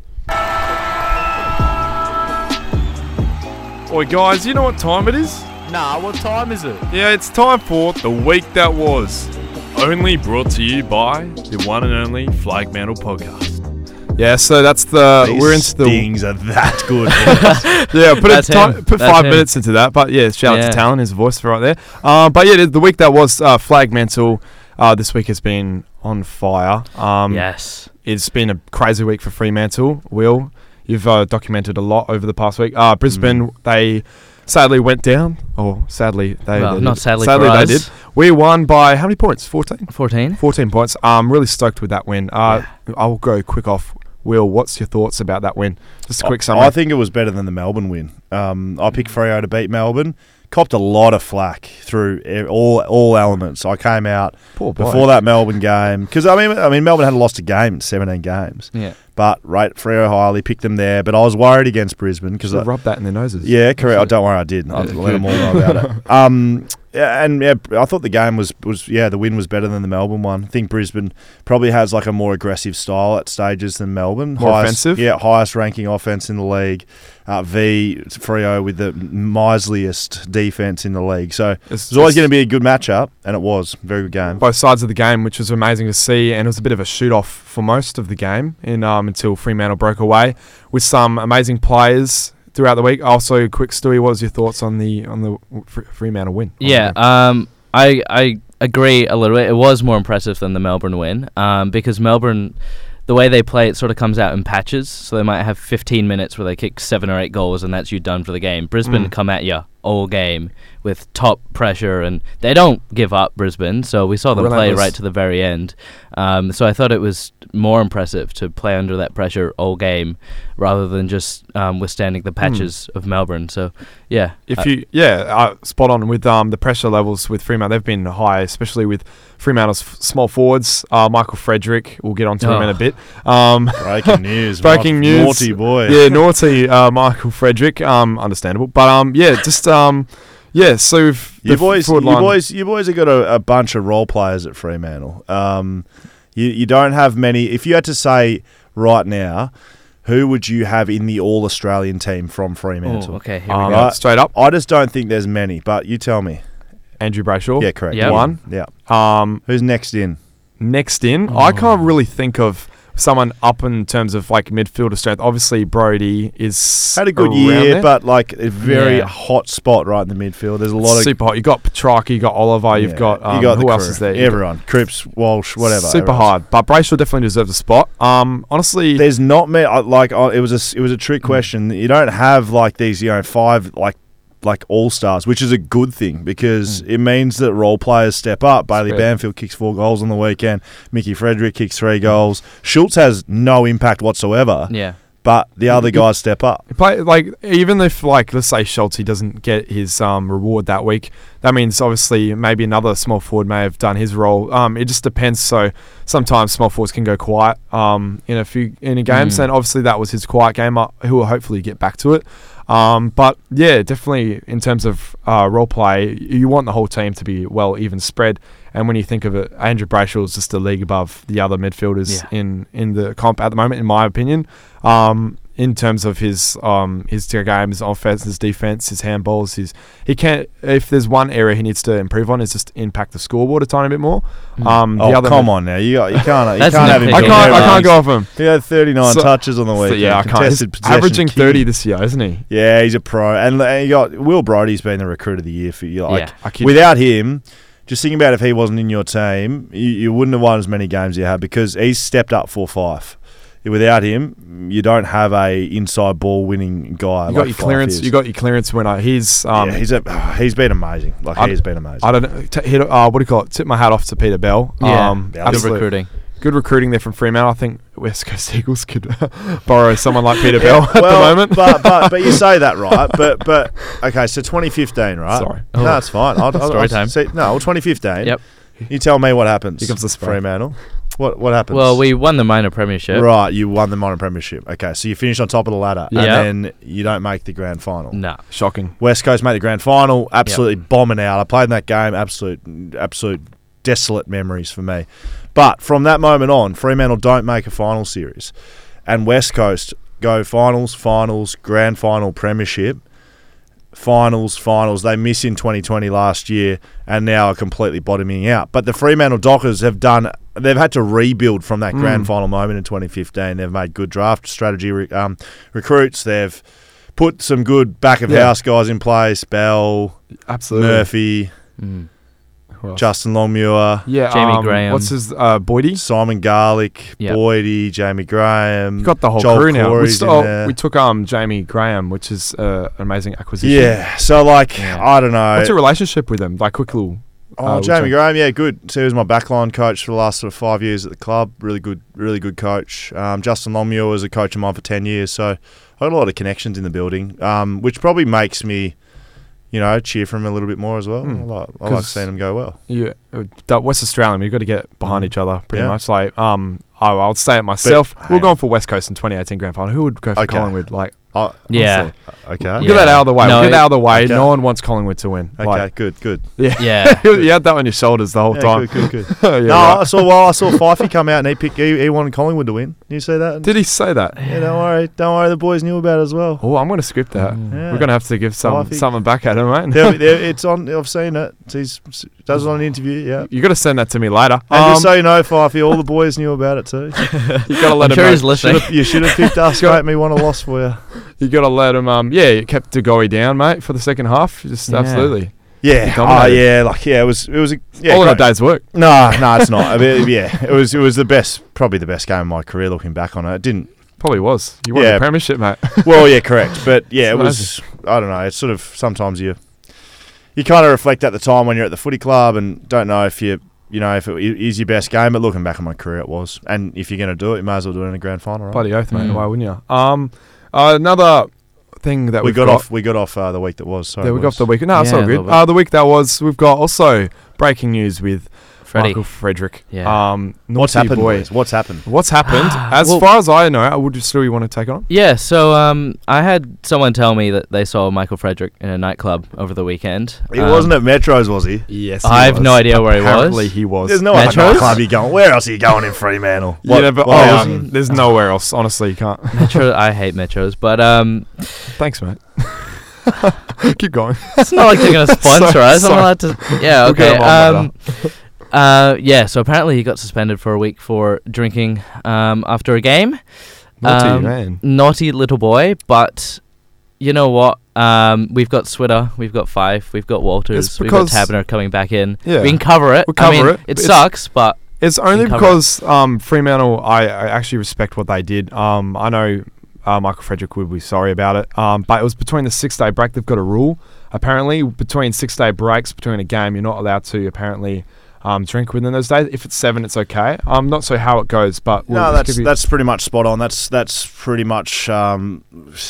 Speaker 3: Oi, guys, you know what time it is?
Speaker 4: Nah. What time is it?
Speaker 3: Yeah, it's time for the week that was. Only brought to you by the one and only Flagmantle podcast. Yeah, so that's the
Speaker 5: These
Speaker 3: we're into the
Speaker 5: stings are that good.
Speaker 3: [LAUGHS]
Speaker 4: [LAUGHS]
Speaker 3: yeah. Put a
Speaker 4: That's
Speaker 3: time,
Speaker 4: him.
Speaker 3: put
Speaker 4: That's
Speaker 3: five
Speaker 4: him.
Speaker 3: minutes into that, but yeah, shout out
Speaker 4: Yeah.
Speaker 3: to Talon, his voice right there. Um, but yeah, the week that was uh, Flagmantle uh, this week has been on fire. Um,
Speaker 4: Yes.
Speaker 3: it's been a crazy week for Fremantle. Will, you've uh, documented a lot over the past week. Uh,
Speaker 4: Mm.
Speaker 3: Brisbane, they sadly went down, or sadly, they,
Speaker 4: Well,
Speaker 3: they
Speaker 4: not
Speaker 3: did.
Speaker 4: sadly
Speaker 3: sadly
Speaker 4: for
Speaker 3: they
Speaker 4: us.
Speaker 3: did. We won by how many points? 14?
Speaker 4: 14.
Speaker 3: 14 points. Um, really stoked with that win. Uh, I'll go quick off. Will, what's your thoughts about that win? Just a quick
Speaker 5: I-
Speaker 3: summary.
Speaker 5: I think it was better than the Melbourne win. Um, I picked Freo to beat Melbourne. Copped a lot of flack through e- all all elements. I came out
Speaker 3: Poor bloke.
Speaker 5: before that Melbourne game because I mean I mean Melbourne hadn't lost a game in 17 games.
Speaker 4: Yeah.
Speaker 5: But rate Freo highly, picked them there. But I was worried against Brisbane because
Speaker 3: Just rub that in their noses.
Speaker 5: yeah, correct. Oh, don't worry, I did. I let
Speaker 3: [LAUGHS]
Speaker 5: them all know about it. Um, yeah, and yeah, I thought the game was was yeah, the win was better than the Melbourne one. I think Brisbane probably has like a more aggressive style at stages than Melbourne.
Speaker 3: More
Speaker 5: highest,
Speaker 3: offensive?
Speaker 5: yeah, highest ranking offense in the league. Uh, v Frio with the miserliest defense in the league. So
Speaker 3: It's-
Speaker 5: it's always
Speaker 3: it's-
Speaker 5: going to be a good matchup, and it was very good game.
Speaker 3: both sides of the game, which was amazing to see. And it was a bit of a shoot off for most of the game in, um, until Fremantle broke away with some amazing players throughout the week. Also, quick Stewie, what was your thoughts on the on the Fre- Fremantle win?
Speaker 4: Yeah, um, I I agree a little bit. It was more impressive than the Melbourne win, um, because Melbourne, the way they play, it sort of comes out in
Speaker 3: Mm.
Speaker 4: patches. So they might have 15 minutes where they kick seven or eight goals, and that's you done for the game. Brisbane come at you all game with top pressure, and they don't give up Brisbane. So we saw them play
Speaker 3: Relentless.
Speaker 4: right to the very end. Um, so I thought it was more impressive to play under that pressure all game rather than just um, withstanding the patches of Melbourne. So yeah,
Speaker 3: Hmm. If you, yeah, uh, spot on with um, the pressure levels with Fremantle. They've been high, especially with Fremantle's f- small forwards. Uh, Michael Frederick, we'll get onto him in a
Speaker 4: Oh.
Speaker 3: bit. Um, [LAUGHS]
Speaker 6: Breaking news.
Speaker 3: breaking news.
Speaker 5: Naughty boy.
Speaker 3: Yeah, naughty uh, Michael Frederick. Um, understandable. But um, yeah, just um, yeah. So if
Speaker 5: You
Speaker 3: the
Speaker 5: boys, you
Speaker 3: forward line-
Speaker 5: boys, you boys have got a, a bunch of role players at Fremantle. Um, you, you don't have many. If you had to say right now, who would you have in the All Australian team from Fremantle?
Speaker 4: oh, okay, here
Speaker 3: um,
Speaker 4: we go.
Speaker 5: go.
Speaker 3: straight up,
Speaker 5: I just don't think there's many, but you tell me.
Speaker 3: Andrew Brayshaw.
Speaker 5: Yeah, correct.
Speaker 4: Yeah.
Speaker 3: One.
Speaker 5: Yeah.
Speaker 3: Um,
Speaker 5: Who's next in?
Speaker 3: next in,
Speaker 5: Mm.
Speaker 3: I can't really think of someone up in terms of like midfielder strength. Obviously, Brody is
Speaker 5: Had a good
Speaker 3: around
Speaker 5: year,
Speaker 3: there.
Speaker 5: but like a very
Speaker 4: Yeah.
Speaker 5: hot spot right in the midfield. There's a lot of
Speaker 3: super hot. You got Petrarca, you got Oliver, you've
Speaker 5: yeah,
Speaker 3: got um,
Speaker 5: you got
Speaker 3: who
Speaker 5: the
Speaker 3: else
Speaker 5: crew.
Speaker 3: is there? You got-
Speaker 5: Everyone, Cripps, Walsh, whatever.
Speaker 3: Super
Speaker 5: everyone.
Speaker 3: hard, but Brayshaw definitely deserves a spot. Um, honestly,
Speaker 5: There's not many. I- Like I- it was a s- it was a trick
Speaker 3: Hmm.
Speaker 5: question. You don't have like these you know five like like all stars, which is a good thing because
Speaker 3: Hmm.
Speaker 5: it means that role players step up. Bailey
Speaker 3: Spread.
Speaker 5: Banfield kicks four goals on the weekend. Mickey Frederick kicks three goals. Schultz has no impact whatsoever.
Speaker 4: Yeah.
Speaker 5: But the
Speaker 3: Hmm.
Speaker 5: other guys step up.
Speaker 3: play like even if like let's say Schultz he doesn't get his um, reward that week, that means obviously maybe another small forward may have done his role. Um, it just depends. So sometimes small forwards can go quiet um, in a few in a games, and obviously that was his quiet game. Uh, who will hopefully get back to it. Um, but yeah, definitely in terms of uh, role play, you want the whole team to be well even spread. And when you think of it, Andrew Brayshaw is just a league above the other midfielders
Speaker 4: Yeah.
Speaker 3: in in the comp at the moment, in my opinion. Um, in terms of his um his two games, offense, his defense, his handballs, his he can't. If there's one area he needs to improve on, is just impact the scoreboard a tiny bit more. Um,
Speaker 5: Oh
Speaker 3: the other
Speaker 5: come on now, you got, you can't you
Speaker 4: That's
Speaker 5: can't have him.
Speaker 4: nitpicking.
Speaker 3: I can't I can't go off him.
Speaker 5: He had 39
Speaker 3: So-
Speaker 5: touches on the weekend.
Speaker 3: So, yeah, I can't. He's
Speaker 5: Contested possession
Speaker 3: averaging
Speaker 5: king.
Speaker 3: thirty this year, isn't he?
Speaker 5: Yeah, he's a pro, and, and you got Will Brody's been the recruit of the year for you. Like
Speaker 4: Yeah.
Speaker 3: I kid-
Speaker 5: without him, just thinking about if he wasn't in your team, you, you wouldn't have won as many games you had because he's stepped up four five. Without him, you don't have a inside ball winning guy. like
Speaker 3: You got your
Speaker 5: Fife
Speaker 3: clearance.
Speaker 5: is.
Speaker 3: You got your clearance winner. He's um
Speaker 5: yeah, he's a, [SIGHS] he's been amazing. Like
Speaker 3: I-
Speaker 5: he's been amazing.
Speaker 3: I don't know. T- hit, uh, what do you call it? Tip my hat off to Peter Bell.
Speaker 4: Yeah,
Speaker 3: um,
Speaker 5: Bell.
Speaker 4: good
Speaker 3: absolute-
Speaker 4: recruiting.
Speaker 3: Good recruiting there from Fremantle. I think West Coast [LAUGHS] Eagles could uh, borrow someone like
Speaker 5: [LAUGHS]
Speaker 3: Peter Bell at
Speaker 5: well,
Speaker 3: the moment.
Speaker 5: but, but but you say that right. But but okay, so 2015, right?
Speaker 3: Sorry.
Speaker 5: no, that's fine.
Speaker 3: [LAUGHS]
Speaker 5: I'll, I'll,
Speaker 4: Story
Speaker 5: I'll
Speaker 4: time.
Speaker 5: See, no, well, 2015.
Speaker 4: Yep.
Speaker 5: You tell me what happens.
Speaker 3: Here comes the spray.
Speaker 5: Fremantle. What what happens?
Speaker 4: Well, we won the minor premiership.
Speaker 5: right. You won the minor premiership. Okay, so you finish on top of the ladder,
Speaker 4: Yeah.
Speaker 5: and then you don't make the grand final.
Speaker 4: Nah.
Speaker 3: [LAUGHS] Shocking.
Speaker 5: West Coast made the grand final. Absolutely bombing out. I played in that game. Absolute absolute desolate memories for me. But from that moment on, Fremantle don't make a final series, and West Coast go finals, finals, grand final, premiership. Finals, finals. They miss in 2020 last year, and now are completely bottoming out. But the Fremantle Dockers have done. They've had to rebuild from that grand
Speaker 3: Mm.
Speaker 5: final moment in 2015. They've made good draft strategy re- um, recruits. They've put some good back of
Speaker 3: Yeah.
Speaker 5: house guys in place. Bell,
Speaker 3: Absolutely.
Speaker 5: Murphy,
Speaker 4: Mm.
Speaker 3: Who else?
Speaker 5: Justin Longmuir,
Speaker 3: Yeah,
Speaker 4: Jamie
Speaker 3: um,
Speaker 4: Graham.
Speaker 3: What's his uh, Boydie?
Speaker 5: Simon Garlick,
Speaker 4: Yeah.
Speaker 5: Boydie, Jamie Graham.
Speaker 3: We've got the whole
Speaker 5: Joel
Speaker 3: crew now. We,
Speaker 5: Corey's
Speaker 3: still,
Speaker 5: in there.
Speaker 3: we took um Jamie Graham, which is uh, an amazing acquisition.
Speaker 5: yeah. So like,
Speaker 4: Yeah.
Speaker 5: I don't know.
Speaker 3: What's your relationship with him? Like quick little. uh,
Speaker 5: Oh,
Speaker 3: with
Speaker 5: Jamie
Speaker 3: Jam-
Speaker 5: Graham, yeah, good. So he was my backline coach for the last sort of five years at the club. Really good, really good coach. Um, Justin Longmuir was a coach of mine for ten years, so I had a lot of connections in the building, um, which probably makes me, you know, cheer for him a little bit more as well. I like, I like
Speaker 3: 'Cause-
Speaker 5: seeing him go well.
Speaker 3: Yeah, uh, that West Australian. We've got to get behind each other pretty
Speaker 5: Mm. Yeah.
Speaker 3: much. Like um, I, I'll say it myself.
Speaker 5: hang
Speaker 3: We're
Speaker 5: on.
Speaker 3: going for West Coast in 2018 grand final. Who would go for
Speaker 5: Okay.
Speaker 3: Collingwood? Like
Speaker 5: Oh,
Speaker 4: Yeah.
Speaker 5: okay.
Speaker 3: Get
Speaker 4: Yeah.
Speaker 3: that out of the way.
Speaker 4: No,
Speaker 3: get that
Speaker 4: it-
Speaker 3: out of the way.
Speaker 5: Okay.
Speaker 3: No one wants Collingwood to win.
Speaker 5: Okay,
Speaker 3: Like,
Speaker 5: good, good.
Speaker 3: [LAUGHS]
Speaker 4: Yeah.
Speaker 3: you had that on your shoulders the whole
Speaker 5: Yeah,
Speaker 3: time.
Speaker 5: good, good, good.
Speaker 3: [LAUGHS] Yeah,
Speaker 5: no,
Speaker 3: right.
Speaker 5: I saw well, I saw Fifey come out and he picked he, he wanted Collingwood to win. Did you see that?
Speaker 3: Did he say that?
Speaker 5: yeah, don't worry, don't worry. The boys knew about it as well.
Speaker 3: Oh, I'm going to script that.
Speaker 5: Yeah.
Speaker 3: We're going to have to give some
Speaker 5: Well, I think-
Speaker 3: something back at him, mate.
Speaker 5: There- there- it's on. I've seen it. He's does it on an interview. Yeah.
Speaker 3: you got to send that to me later.
Speaker 5: And
Speaker 3: Um,
Speaker 5: just so you know, Fifey, all the boys knew about it too.
Speaker 3: you got to let
Speaker 4: I'm
Speaker 3: him.
Speaker 4: sure
Speaker 3: know.
Speaker 4: he's listening.
Speaker 5: You should have picked us, mate. Me won a loss for you.
Speaker 3: [LAUGHS] You got to let him. Um, yeah, you kept Degoe down, mate, for the second half. Just
Speaker 4: Yeah.
Speaker 3: absolutely.
Speaker 5: Yeah. Oh,
Speaker 3: dominated.
Speaker 5: yeah. Like, yeah. It was. It was. A, yeah.
Speaker 3: All in a
Speaker 5: great-
Speaker 3: day's work.
Speaker 5: No, no, it's not. I mean, yeah. It was. It was the best. Probably the best game of my career. Looking back on it, it didn't.
Speaker 3: Probably was. You won
Speaker 5: Yeah.
Speaker 3: the premiership, mate.
Speaker 5: Well, yeah, correct. But yeah, it
Speaker 3: It's
Speaker 5: was. I don't know. It's sort of sometimes you you kind of reflect at the time when you're at the footy club and don't know if you you know if it is your best game, but looking back on my career, it was. And if you're going to do it, you may as well do it in a grand final. Right?
Speaker 3: Bloody oath, mate.
Speaker 4: Mm.
Speaker 3: Why wouldn't you? Um, uh, another thing that
Speaker 5: we
Speaker 3: we've
Speaker 5: got, off. We got off uh, the week that was. Sorry,
Speaker 3: Yeah, we got
Speaker 5: boys.
Speaker 3: off the week. No, it's
Speaker 4: Yeah,
Speaker 3: all
Speaker 4: a
Speaker 3: good.
Speaker 4: little bit.
Speaker 3: Uh, the week that was, we've got also breaking news with
Speaker 4: Freddie.
Speaker 3: Michael Frederick.
Speaker 4: Yeah.
Speaker 3: Um,
Speaker 5: What's
Speaker 3: naughty
Speaker 5: happened?
Speaker 3: boy.
Speaker 5: boys? What's happened?
Speaker 3: What's happened? As
Speaker 4: Ah, Well-
Speaker 3: far as I know, I would you still you want to take it on?
Speaker 4: Yeah, so um, I had someone tell me that they saw Michael Frederick in a nightclub over the weekend.
Speaker 5: He
Speaker 4: Um,
Speaker 5: wasn't at Metros, was he?
Speaker 3: Yes,
Speaker 4: I have no idea where he was.
Speaker 3: Apparently, he was.
Speaker 5: There's no other
Speaker 4: Metros?
Speaker 5: nightclub you going. Where else are you going in Fremantle?
Speaker 3: Yeah, but
Speaker 5: why,
Speaker 3: oh,
Speaker 5: um,
Speaker 3: there's nowhere else. Honestly, you can't.
Speaker 4: [LAUGHS] Metro, I hate metros, but um,
Speaker 3: Thanks, mate. [LAUGHS] Keep going.
Speaker 4: it's not like they're gonna sponsor us. I'm
Speaker 3: sorry.
Speaker 4: allowed to. Yeah,
Speaker 3: We'll get
Speaker 4: okay.
Speaker 3: him on
Speaker 4: um, uh, yeah. So apparently he got suspended for a week for drinking um, after a game.
Speaker 3: Naughty
Speaker 4: Um,
Speaker 3: man.
Speaker 4: Naughty little boy, but you know what? Um, we've got Switter, we've got Fife, we've got Walters, we've got
Speaker 3: because-
Speaker 4: Tabner coming back in.
Speaker 3: Yeah.
Speaker 4: we can cover it.
Speaker 3: We'll
Speaker 4: I mean,
Speaker 3: cover it,
Speaker 4: It
Speaker 3: but it's-
Speaker 4: sucks, but
Speaker 3: It's only
Speaker 4: cover it.
Speaker 3: because um, Fremantle, I, I actually respect what they did. Um, I know uh, Michael Frederick would be sorry about it, um, but it was between the six day break. They've got a rule, apparently, between six day breaks, between a game, you're not allowed to apparently um, drink within those days. If it's seven, it's okay. I'm not sure how it goes, but we'll
Speaker 5: No,
Speaker 3: just
Speaker 5: that's
Speaker 3: give you-
Speaker 5: that's pretty much spot on. That's that's pretty much um,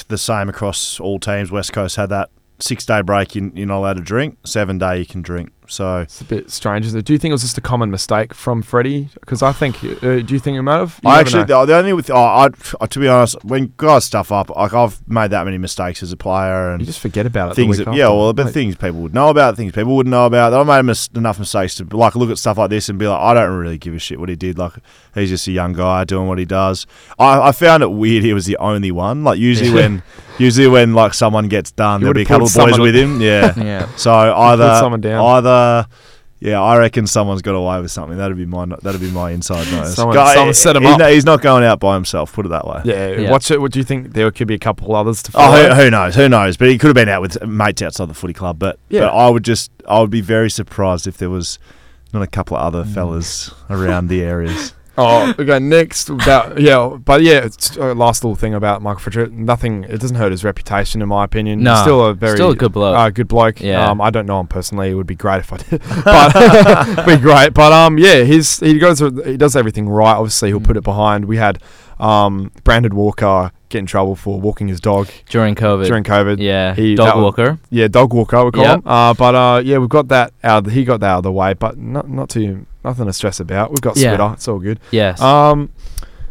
Speaker 5: the same across all teams. West Coast had that six day break. You, you're not allowed to drink. Seven day you can drink. So
Speaker 3: it's a bit strange. Isn't it? Do you think it was just a common mistake from Freddie? Because I think, uh, do you think it might have? You
Speaker 5: I
Speaker 3: never
Speaker 5: actually the,
Speaker 3: know.
Speaker 5: the only with oh, I I- to be honest, when guys stuff up, like I've made that many mistakes as a player and
Speaker 3: you just forget about it. the
Speaker 5: things.
Speaker 3: week
Speaker 5: That, yeah,
Speaker 3: after.
Speaker 5: well, but
Speaker 3: Like,
Speaker 5: things people would know about, things people wouldn't know about. I've made mis- enough mistakes to like look at stuff like this and be like, I don't really give a shit what he did. Like he's just a young guy doing what he does. I, I found it weird. He was the only one. Like usually
Speaker 3: [LAUGHS]
Speaker 5: when usually when like someone gets done,
Speaker 3: You
Speaker 5: there'll be a
Speaker 3: would've
Speaker 5: couple
Speaker 3: pulled
Speaker 5: of boys
Speaker 3: someone-
Speaker 5: with him. Yeah.
Speaker 3: [LAUGHS]
Speaker 4: yeah.
Speaker 5: So either
Speaker 3: someone down.
Speaker 5: either. Yeah, I reckon someone's got away with something. That'd be my that'd be my inside notice.
Speaker 3: Someone- someone set him
Speaker 5: he's
Speaker 3: up.
Speaker 5: no- he's not going out by himself. Put it that way.
Speaker 3: yeah,
Speaker 4: Yeah.
Speaker 3: Watch it. What do you think? There could be a couple others to follow.
Speaker 5: Oh, who, who knows? Who knows? But he could have been out with mates outside the footy club. But,
Speaker 3: Yeah.
Speaker 5: but I would just, I would be very surprised if there was not a couple of other fellas around the areas.
Speaker 3: [LAUGHS] Oh, okay. Next about yeah, but yeah. It's, uh, last little thing about Michael Frederick. Nothing. It doesn't hurt his reputation, in my opinion.
Speaker 4: No,
Speaker 3: Mm, still a very
Speaker 4: still a good bloke.
Speaker 3: Uh, good bloke.
Speaker 4: Yeah.
Speaker 3: Um, I don't know him personally. It would be great if I did, [LAUGHS] but [LAUGHS] be great. But um, yeah, he's he goes he does everything right. Obviously, he'll put
Speaker 4: Mm.
Speaker 3: it behind. We had um Brandon Walker get in trouble for walking his dog
Speaker 4: during COVID.
Speaker 3: during COVID.
Speaker 4: yeah,
Speaker 3: he- that
Speaker 4: dog
Speaker 3: was-
Speaker 4: walker.
Speaker 3: Yeah, dog walker we call
Speaker 4: Yep.
Speaker 3: him. Uh, but uh, yeah, we've got that out. Of the, he got that out of the way, but not not too nothing to stress about. We've got
Speaker 4: Yeah.
Speaker 3: Switter. It's all good.
Speaker 4: Yes.
Speaker 3: Um,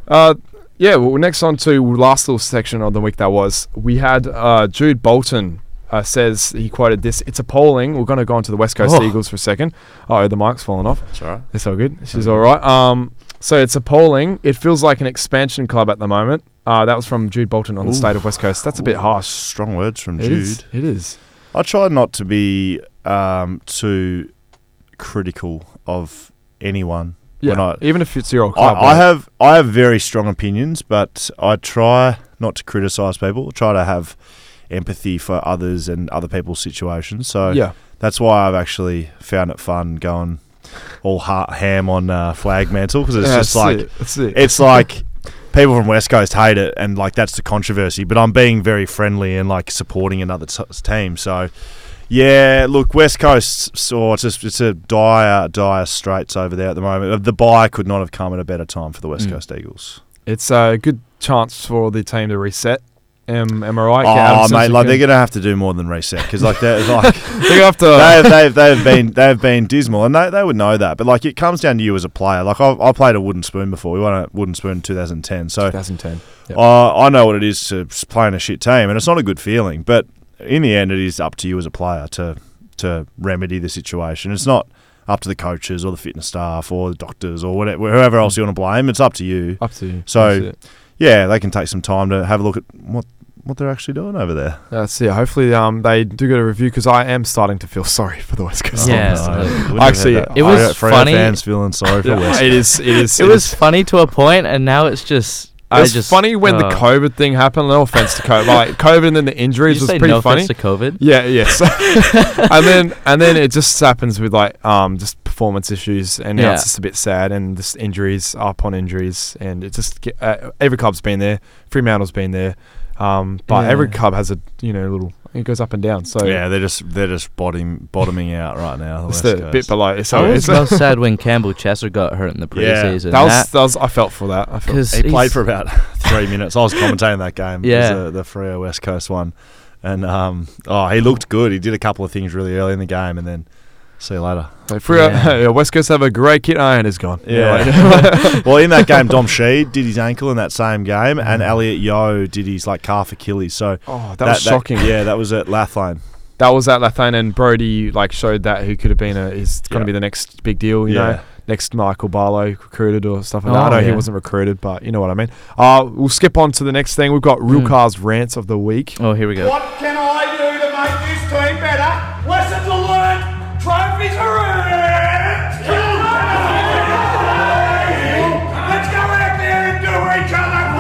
Speaker 3: uh, yeah. Well, next on to last little section of the week that was. We had uh, Jude Bolton uh, says he quoted this. It's appalling. We're going to go on to the West Coast
Speaker 4: Oh.
Speaker 3: Eagles for a second. Oh, the mic's fallen off.
Speaker 5: [LAUGHS] That's all right.
Speaker 3: It's all good. She's all right. Um, so it's appalling. It feels like an expansion club at the moment. Uh, that was from Jude Bolton on the State of West Coast. That's a bit harsh.
Speaker 5: Strong words from
Speaker 3: It
Speaker 5: Jude.
Speaker 3: is. It is.
Speaker 5: I try not to be um, too critical of anyone.
Speaker 3: Yeah.
Speaker 5: When I,
Speaker 3: Even if it's your old club.
Speaker 5: I, I have I have very strong opinions, but I try not to criticise people. Try to have empathy for others and other people's situations. So
Speaker 3: Yeah.
Speaker 5: That's why I've actually found it fun going all heart ham on uh, flag mantle because it's
Speaker 3: Yeah,
Speaker 5: just
Speaker 3: that's
Speaker 5: like
Speaker 3: it, that's it.
Speaker 5: it's like people from West Coast hate it and like that's the controversy. But I'm being very friendly and like supporting another t- team. So yeah, look, West Coast saw it's just it's a dire dire straits over there at the moment. The buy could not have come at a better time for the West
Speaker 4: Mm.
Speaker 5: Coast Eagles.
Speaker 3: It's a good chance for the team to reset. Am, am I right? Get Adam
Speaker 5: Oh
Speaker 3: Simpson
Speaker 5: mate, like
Speaker 3: can-
Speaker 5: they're gonna have to do more than reset because like they're [LAUGHS] like.
Speaker 3: they're gonna have to.
Speaker 5: they've, [LAUGHS] they've, they've been they've been dismal, and they, they would know that. But like, it comes down to you as a player. Like I, I played a wooden spoon before. We won a wooden spoon in 2010, so
Speaker 3: 2010.
Speaker 5: I, I know what it is to s- play in a shit team, and it's not a good feeling. But in the end, it is up to you as a player to to remedy the situation. It's not up to the coaches or the fitness staff or the doctors or whatever whoever else you want to blame. It's up to you.
Speaker 3: Up to you.
Speaker 5: So-
Speaker 3: that's it.
Speaker 5: Yeah, they can take some time to have a look at what what they're actually doing over there.
Speaker 3: That's it. Hopefully, um, they do get a review because I am starting to feel [LAUGHS] sorry for the West
Speaker 5: [LAUGHS]
Speaker 3: Coast.
Speaker 4: Yeah.
Speaker 3: Lions.
Speaker 4: absolutely.
Speaker 5: Wouldn't have had
Speaker 3: Actually,
Speaker 5: that.
Speaker 4: it was
Speaker 5: Freo- Freo
Speaker 4: funny-
Speaker 5: Fans feeling
Speaker 4: [LAUGHS]
Speaker 5: sorry for West.
Speaker 3: Yeah, it is. It is.
Speaker 4: it was funny to a point, and now it's just. I
Speaker 3: It's
Speaker 4: just
Speaker 3: funny when the
Speaker 4: oh.
Speaker 3: COVID thing happened. No offense to COVID, like COVID and then the
Speaker 4: Did
Speaker 3: injuries
Speaker 4: you
Speaker 3: was
Speaker 4: say
Speaker 3: pretty
Speaker 4: no
Speaker 3: funny.
Speaker 4: offense to COVID.
Speaker 3: Yeah, yes. [LAUGHS] and then and then it just happens with like um just performance issues, and now
Speaker 4: Yeah.
Speaker 3: it's just a bit sad, and just injuries up on injuries, and it just ge- uh, every club's been there, Fremantle's been there, Um, but
Speaker 4: Yeah.
Speaker 3: every club has a you know little it goes up and down. So
Speaker 5: Oh, Yeah, they're just they're just bottom, bottoming out right now. the
Speaker 3: it's
Speaker 5: West
Speaker 3: the
Speaker 5: Coast.
Speaker 3: bit below. So
Speaker 4: I was
Speaker 3: it's, that [LAUGHS]
Speaker 4: most sad when Campbell Chesser got hurt in the
Speaker 5: Yeah.
Speaker 4: preseason.
Speaker 3: was, that was I felt for that. I felt
Speaker 4: because
Speaker 5: He played for about [LAUGHS] three minutes. I was commentating that game. It was
Speaker 4: Yeah.
Speaker 5: the, the Freo West Coast one, and um, oh, he looked good. He did a couple of things really early in the game, and then see you later.
Speaker 3: Like, for, [LAUGHS]
Speaker 4: Yeah.
Speaker 3: yeah, West Coast have a great kid. Iron is gone.
Speaker 5: [LAUGHS] Yeah. well, in that game, Dom Sheed did his ankle in that same game, and Elliot Yo did his like calf Achilles. So
Speaker 3: Oh, Mm. that, was shocking.
Speaker 5: yeah, that was at Lathline.
Speaker 3: That was at Lathane and Brody like showed that who could have been a is going to
Speaker 5: Yeah.
Speaker 3: be the next big deal. You
Speaker 5: Yeah.
Speaker 3: know, next Michael Barlow recruited or stuff like
Speaker 4: Oh,
Speaker 3: that. I know
Speaker 4: yeah.
Speaker 3: he wasn't recruited, but you know what I mean. Uh, we'll skip on to the next thing. We've got Real
Speaker 4: Mm.
Speaker 3: Cars rants of the week.
Speaker 4: Oh, here we go.
Speaker 7: What can I do to make this team better? Lessons are learned, trophies are earned. Let's go out there and do each other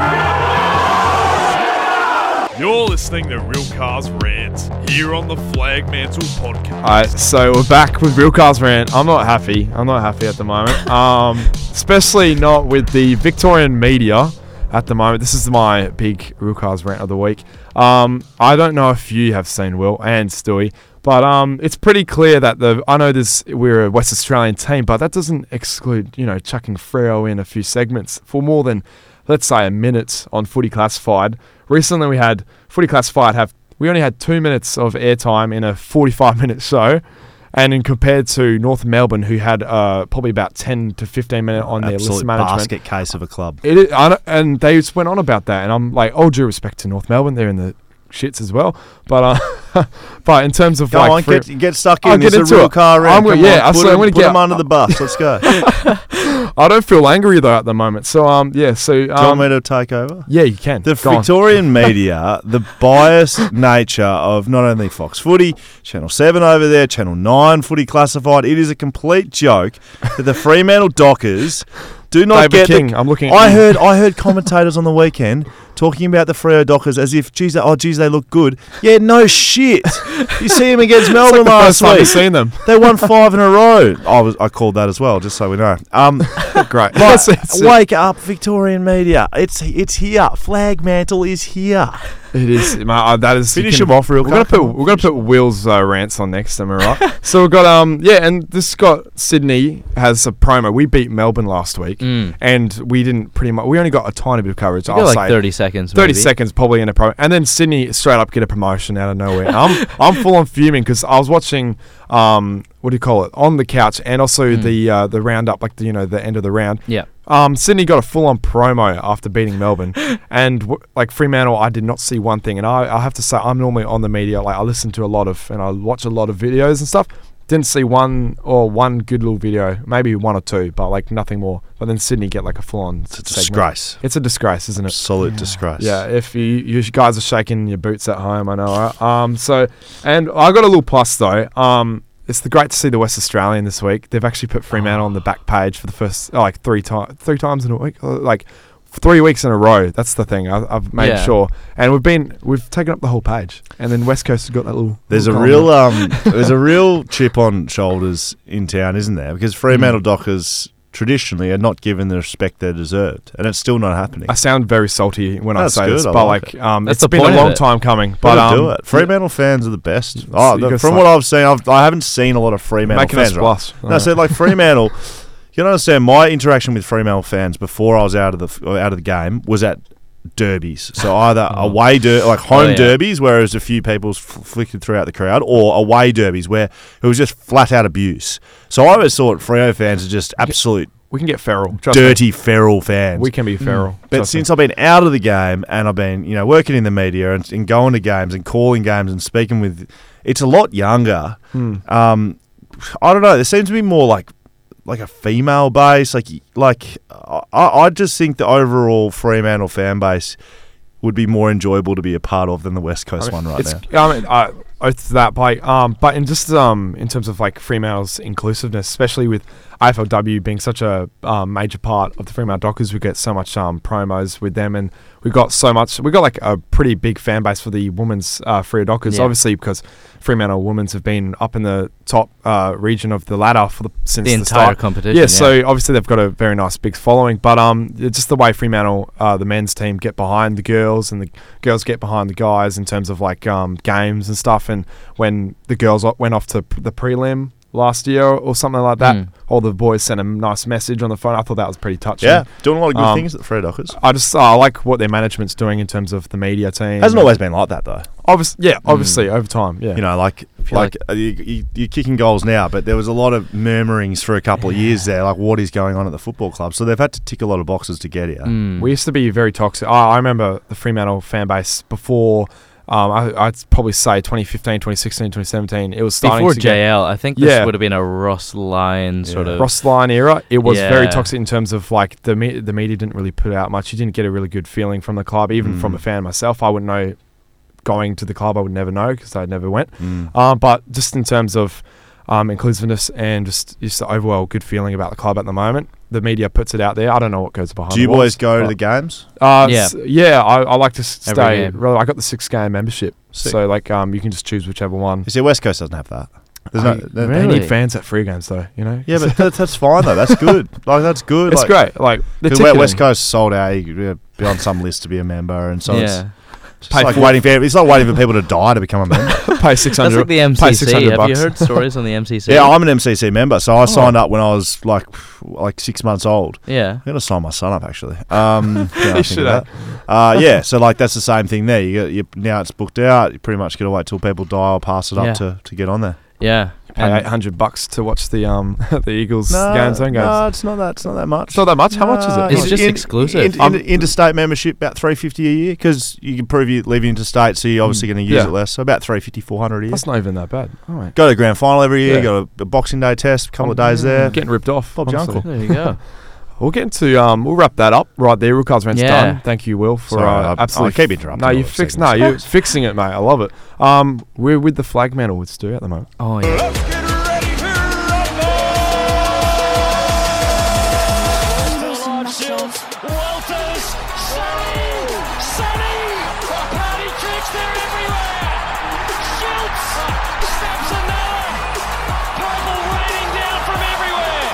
Speaker 7: proud.
Speaker 8: You're listening to Real Cars Rants here on the Flag Mantle Podcast.
Speaker 3: All right, so we're back with Real Cars rant. I'm not happy. I'm not happy at the moment. Um, especially not with the Victorian media at the moment. This is my big Real Cars rant of the week. Um, I don't know if you have seen Will and Stewie, but um, it's pretty clear that the I know this we're a West Australian team, but that doesn't exclude you know chucking Freo in a few segments for more than let's say a minute on Footy Classified. Recently, we had Footy Classified have we only had two minutes of airtime in a 45 [LAUGHS] minute show. And in compared to North Melbourne, who had uh, probably about 10 to 15 minute on their list
Speaker 5: Absolute
Speaker 3: management,
Speaker 5: basket case of a club.
Speaker 3: it is, I don't- and they just went on about that, and I'm like, all due respect to North Melbourne, they're in the shits as well. But uh, [LAUGHS] but in terms of
Speaker 5: Go
Speaker 3: like,
Speaker 5: on,
Speaker 3: free-
Speaker 5: get, get stuck in.
Speaker 3: I'll
Speaker 5: It's
Speaker 3: get
Speaker 5: a
Speaker 3: into
Speaker 5: real
Speaker 3: it.
Speaker 5: car rant.
Speaker 3: I'm gonna-
Speaker 5: Come on,
Speaker 3: yeah,
Speaker 5: put
Speaker 3: absolutely,
Speaker 5: him-
Speaker 3: I'm gonna
Speaker 5: put
Speaker 3: get-
Speaker 5: him under the bus. Let's go.
Speaker 3: [LAUGHS] I don't feel angry though at the moment. So um, yeah, so
Speaker 5: Do you want
Speaker 3: um,
Speaker 5: me to take over?
Speaker 3: yeah, you can.
Speaker 5: The
Speaker 3: Go on.
Speaker 5: Victorian media, the biased nature of not only Fox Footy, Channel 7 over there, Channel 9 Footy Classified, it is a complete joke that the Fremantle Dockers do not
Speaker 3: David
Speaker 5: get. the-
Speaker 3: King, I'm looking at
Speaker 5: I
Speaker 3: you.
Speaker 5: heard, I heard commentators on the weekend talking about the Freo Dockers as if, geez, they- oh, geez, they look good. Yeah, no shit. You see them
Speaker 3: [LAUGHS]
Speaker 5: against Melbourne
Speaker 3: the
Speaker 5: last
Speaker 3: first time
Speaker 5: week.
Speaker 3: I've
Speaker 5: [LAUGHS]
Speaker 3: seen them.
Speaker 5: They won five in a row. I was I called that as well, just so we know. Um,
Speaker 3: [LAUGHS] Great.
Speaker 5: like,
Speaker 3: It's- it's-
Speaker 5: wake up, Victorian media! It's it's here. Flag mantle is here.
Speaker 3: It is. My, uh, that is. you
Speaker 5: Finish
Speaker 3: can-
Speaker 5: him off real
Speaker 3: we're gonna
Speaker 5: quick.
Speaker 3: put we're gonna put Will's uh, rants on next. Am I right? so we've got um yeah, and this got Sydney has a promo. We beat Melbourne last week, and we didn't pretty much. We only got a tiny bit of coverage.
Speaker 4: You
Speaker 3: I'll
Speaker 4: got
Speaker 3: say
Speaker 4: like 30 seconds.
Speaker 3: 30
Speaker 4: maybe.
Speaker 3: seconds probably in a pro and then Sydney straight up get a promotion out of nowhere. I'm I'm full on fuming because I was watching um what do you call it on the couch and also the uh, the roundup like the, you know the end of the round.
Speaker 4: Yeah.
Speaker 3: Um, Sydney got a full on promo after beating [LAUGHS] Melbourne, and w- like Fremantle, I did not see one thing. And I, I have to say, I'm normally on the media. Like I listen to a lot of and I watch a lot of videos and stuff. Didn't see one or one good little video, maybe one or two, but like nothing more. But then Sydney get like a full on. It's
Speaker 5: disgrace.
Speaker 3: It's a disgrace, isn't it?
Speaker 5: Absolute disgrace.
Speaker 3: Yeah, if you you guys are shaking your boots at home, I know. Right? Um, so and I got a little plus though. Um, it's the great to see the West Australian this week. They've actually put Fremantle on the back page for the first oh, like three times, three times in a week, uh, like three weeks in a row. That's the thing. I, I've made
Speaker 4: Yeah.
Speaker 3: sure, and we've been we've taken up the whole page, and then West Coast has got that little.
Speaker 5: There's a
Speaker 3: little
Speaker 5: real
Speaker 3: column.
Speaker 5: um, there's a [LAUGHS] real chip on shoulders in town, isn't there? Because Fremantle Dockers traditionally are not given the respect they deserved, and it's still not happening.
Speaker 3: I sound very salty when
Speaker 5: That's
Speaker 3: I say
Speaker 5: good,
Speaker 3: this,
Speaker 5: I
Speaker 3: but
Speaker 5: like
Speaker 3: like um,
Speaker 4: That's
Speaker 3: it's
Speaker 4: the
Speaker 3: been
Speaker 4: point
Speaker 3: a
Speaker 4: of
Speaker 3: long
Speaker 4: it.
Speaker 3: time coming. But
Speaker 5: Gotta
Speaker 3: um,
Speaker 5: do it. Fremantle fans are the best. Oh,
Speaker 3: you
Speaker 5: the-
Speaker 3: gotta
Speaker 5: from
Speaker 3: start-
Speaker 5: what I've seen, I've, I haven't seen a lot of Fremantle
Speaker 3: Making us Uh,
Speaker 5: fans.
Speaker 3: blush.
Speaker 5: Right? No, so like Fremantle, you don't understand. My interaction with Fremantle fans before I was out of the f- out of the game was at derbies. So either away der- like home
Speaker 4: yeah.
Speaker 5: derbies, where it was a few people's f- flickered throughout the crowd, or away derbies where it was just flat out abuse. So I always thought Freo fans are just absolute
Speaker 3: we can get feral. Trust me.
Speaker 5: dirty feral fans. Mm.
Speaker 3: We can be feral.
Speaker 5: But
Speaker 3: Trust me.
Speaker 5: since I've been out of the game and I've been, you know, working in the media and, and going to games and calling games and speaking with, it's a lot younger. Um, I don't know. There seems to be more like, like a female base. Like, like I, I just think the overall Fremantle fan base would be more enjoyable to be a part of than the West Coast one right
Speaker 3: it's,
Speaker 5: now.
Speaker 3: I mean, I, it's that by um, but in just um, in terms of like Fremantle's inclusiveness, especially with AFLW being such a um, major part of the Fremantle Dockers, we get so much um, promos with them, and we've got so much. We've got like a pretty big fan base for the women's uh, Freo Dockers,
Speaker 4: Yeah.
Speaker 3: obviously because Fremantle women's have been up in the top uh, region of the ladder for the since
Speaker 4: The entire
Speaker 3: start.
Speaker 4: competition,
Speaker 3: Yeah, so obviously they've got a very nice big following, but um, it's just the way Fremantle, uh, the men's team, get behind the girls, and the girls get behind the guys in terms of like um, games and stuff. And when the girls o- went off to p- the prelim last year or something like
Speaker 5: Hmm.
Speaker 3: that, all the boys sent a nice message on the phone. I thought that was pretty touching.
Speaker 5: Yeah, doing a lot of good
Speaker 3: Um,
Speaker 5: things at the Freo Dockers.
Speaker 3: I just I like what their management's doing in terms of the media team.
Speaker 5: Hasn't always Hmm. been like that though.
Speaker 3: Obviously, yeah, obviously over time. Yeah,
Speaker 5: You know, like
Speaker 4: feel
Speaker 5: like,
Speaker 4: like-
Speaker 5: uh, you, you, you're kicking goals now, but there was a lot of murmurings for a couple of years there, like what is going on at the football club. So they've had to tick a lot of boxes to get here.
Speaker 3: We used to be very toxic. I, I remember the Fremantle fan base before, um, I, I'd probably say 2015, 2016, 2017. It was starting
Speaker 4: Before
Speaker 3: to get-
Speaker 4: JL, I think this
Speaker 3: Yeah.
Speaker 4: would have been a Ross Lyon sort of.
Speaker 3: Ross Lyon era. It was very
Speaker 4: Yeah.
Speaker 3: toxic in terms of like the me- the media didn't really put out much. You didn't get a really good feeling from the club, even from a fan myself. I wouldn't know going to the club. I would never know because I never went.
Speaker 5: Mm.
Speaker 3: Um, but just in terms of um, inclusiveness and just just the overall good feeling about the club at the moment, the media puts it out there. I don't know what goes behind.
Speaker 5: Do you
Speaker 3: the walls,
Speaker 5: boys go to
Speaker 3: but-
Speaker 5: the games?
Speaker 3: uh,
Speaker 4: Yeah.
Speaker 3: yeah, yeah. I, I like to s-
Speaker 4: Every
Speaker 3: stay.
Speaker 4: game.
Speaker 3: Really, I got the six game membership, so like um, you can just choose whichever one.
Speaker 5: You see, West Coast doesn't have that. There's
Speaker 3: I-
Speaker 5: no, they-
Speaker 3: They
Speaker 4: Really?
Speaker 3: need fans at free games though, you know.
Speaker 5: Yeah, but that's, that's fine though. That's good. Like that's good.
Speaker 3: it's
Speaker 5: like,
Speaker 3: great. Like the
Speaker 5: 'cause we- West
Speaker 3: ticketing.
Speaker 5: Coast sold out. You could be on some list to be a member, and so
Speaker 4: yeah.
Speaker 5: it's just like waiting for it's like waiting for people to die to become a member.
Speaker 3: pay six
Speaker 4: That's
Speaker 3: hundred.
Speaker 4: like the
Speaker 3: Pay
Speaker 4: MCC.
Speaker 3: six
Speaker 4: Have
Speaker 3: hundred bucks. [LAUGHS]
Speaker 4: you heard stories on the MCC?
Speaker 5: yeah, I'm an MCC member, so I signed up when I was like like six months old.
Speaker 4: yeah.
Speaker 5: I'm gonna sign my son up actually.
Speaker 3: [LAUGHS]
Speaker 5: Um, yeah, I think
Speaker 3: should eh?
Speaker 5: of that. Uh, yeah, so like that's the same thing there. You, got, you now it's booked out. You pretty much got to wait till people die or pass it up
Speaker 4: Yeah.
Speaker 5: to, to get on there.
Speaker 4: Yeah.
Speaker 3: Pay eight
Speaker 4: And
Speaker 3: hundred bucks to watch the um [LAUGHS] the Eagles games. Own games.
Speaker 5: no, it's not that. It's not that much.
Speaker 3: It's not that much. How much is it?
Speaker 4: It's just exclusive.
Speaker 5: in- in-
Speaker 3: I'm-
Speaker 5: interstate membership about three fifty a year because you can prove you live interstate, so you're obviously going to use
Speaker 3: Mm. Yeah.
Speaker 5: it less. So about 350, 400 a year.
Speaker 3: That's not even that bad. All right.
Speaker 5: Go to the grand final every year.
Speaker 3: Yeah. Mm.
Speaker 5: Go to a Boxing Day test, a couple of days there.
Speaker 3: Getting ripped off.
Speaker 5: Bob's your
Speaker 3: honestly.
Speaker 5: uncle.
Speaker 4: there you
Speaker 3: [LAUGHS]
Speaker 4: go.
Speaker 3: We'll get into um. We'll wrap that up right there. Real cards rent's
Speaker 4: Yeah.
Speaker 3: done. Thank you, Will, for
Speaker 5: Sorry, I-
Speaker 3: uh,
Speaker 5: I
Speaker 3: absolutely.
Speaker 5: keep interrupting
Speaker 3: No,
Speaker 5: all
Speaker 3: you
Speaker 5: the
Speaker 3: fix. No,
Speaker 5: segments.
Speaker 3: you're fixing it, mate. I love it. Um, we're with the flag mantle with Stu at the moment.
Speaker 4: Oh yeah.
Speaker 1: Walters, Sonny, Sonny, party tricks, they're everywhere. Schultz snaps another. Purple raining down from everywhere.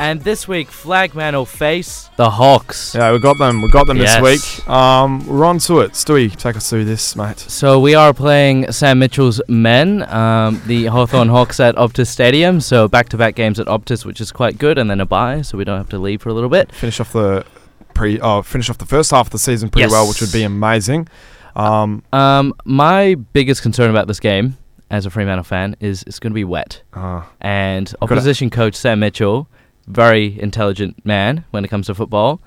Speaker 4: And this week, Flagman will face the Hawks.
Speaker 3: Yeah, we got them. We got them
Speaker 4: Yes.
Speaker 3: this week. Um, we're on to it. Stewie, take us through this, mate.
Speaker 4: So we are playing Sam Mitchell's men, um, the Hawthorn Hawks at Optus Stadium. So back-to-back games at Optus, which is quite good, and then a bye, so we don't have to leave for a little bit.
Speaker 3: Finish off the pre. Uh, finish off the first half of the season pretty
Speaker 4: Yes.
Speaker 3: well, which would be amazing. Um,
Speaker 4: Um, my biggest concern about this game, as a Fremantle fan, is it's going to be wet.
Speaker 3: uh,
Speaker 4: And opposition coach Sam Mitchell, very intelligent man when it comes to football.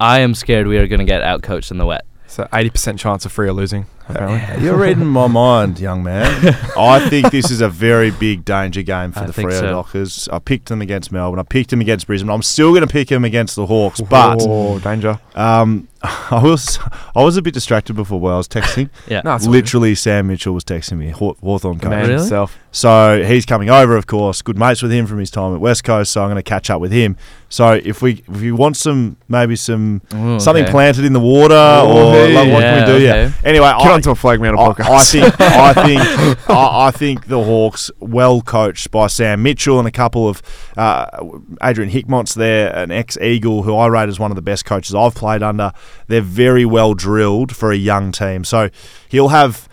Speaker 4: I am scared we are going to get outcoached in the wet.
Speaker 3: So eighty percent chance of free or losing. Apparently,
Speaker 5: You're
Speaker 3: [LAUGHS]
Speaker 5: reading
Speaker 4: [LAUGHS]
Speaker 5: my mind, young man. I think this is a very big danger game for
Speaker 4: I
Speaker 5: the
Speaker 4: think
Speaker 5: Freo
Speaker 4: so.
Speaker 5: Dockers. I picked them against Melbourne. I picked them against Brisbane. I'm still going to pick them against the Hawks, but
Speaker 3: oh, danger.
Speaker 5: um, [LAUGHS] I was I was a bit distracted before while I was
Speaker 4: [LAUGHS]
Speaker 5: texting.
Speaker 4: Yeah.
Speaker 3: No, it's all good.
Speaker 5: Literally, Oh, Sam Mitchell was texting me, Haw- Hawthorn
Speaker 3: the
Speaker 5: coach.
Speaker 3: man
Speaker 4: Really?
Speaker 3: himself.
Speaker 5: So he's coming over, of course. Good mates with him from his time at West Coast. So I'm going to catch up with him. So if we if you want some maybe some
Speaker 4: Ooh,
Speaker 5: something
Speaker 4: okay.
Speaker 5: planted in the water or
Speaker 3: hey.
Speaker 5: like, what can we
Speaker 4: Yeah,
Speaker 5: do?
Speaker 4: okay.
Speaker 5: Yeah. Anyway,
Speaker 3: Get
Speaker 5: I,
Speaker 3: onto a flag man
Speaker 5: I,
Speaker 3: podcast.
Speaker 5: I think I think I, I think the Hawks, well coached by Sam Mitchell and a couple of uh, Adrian Hickmont's there, an ex Eagle who I rate as one of the best coaches I've played under. They're very well drilled for a young team, so he'll have.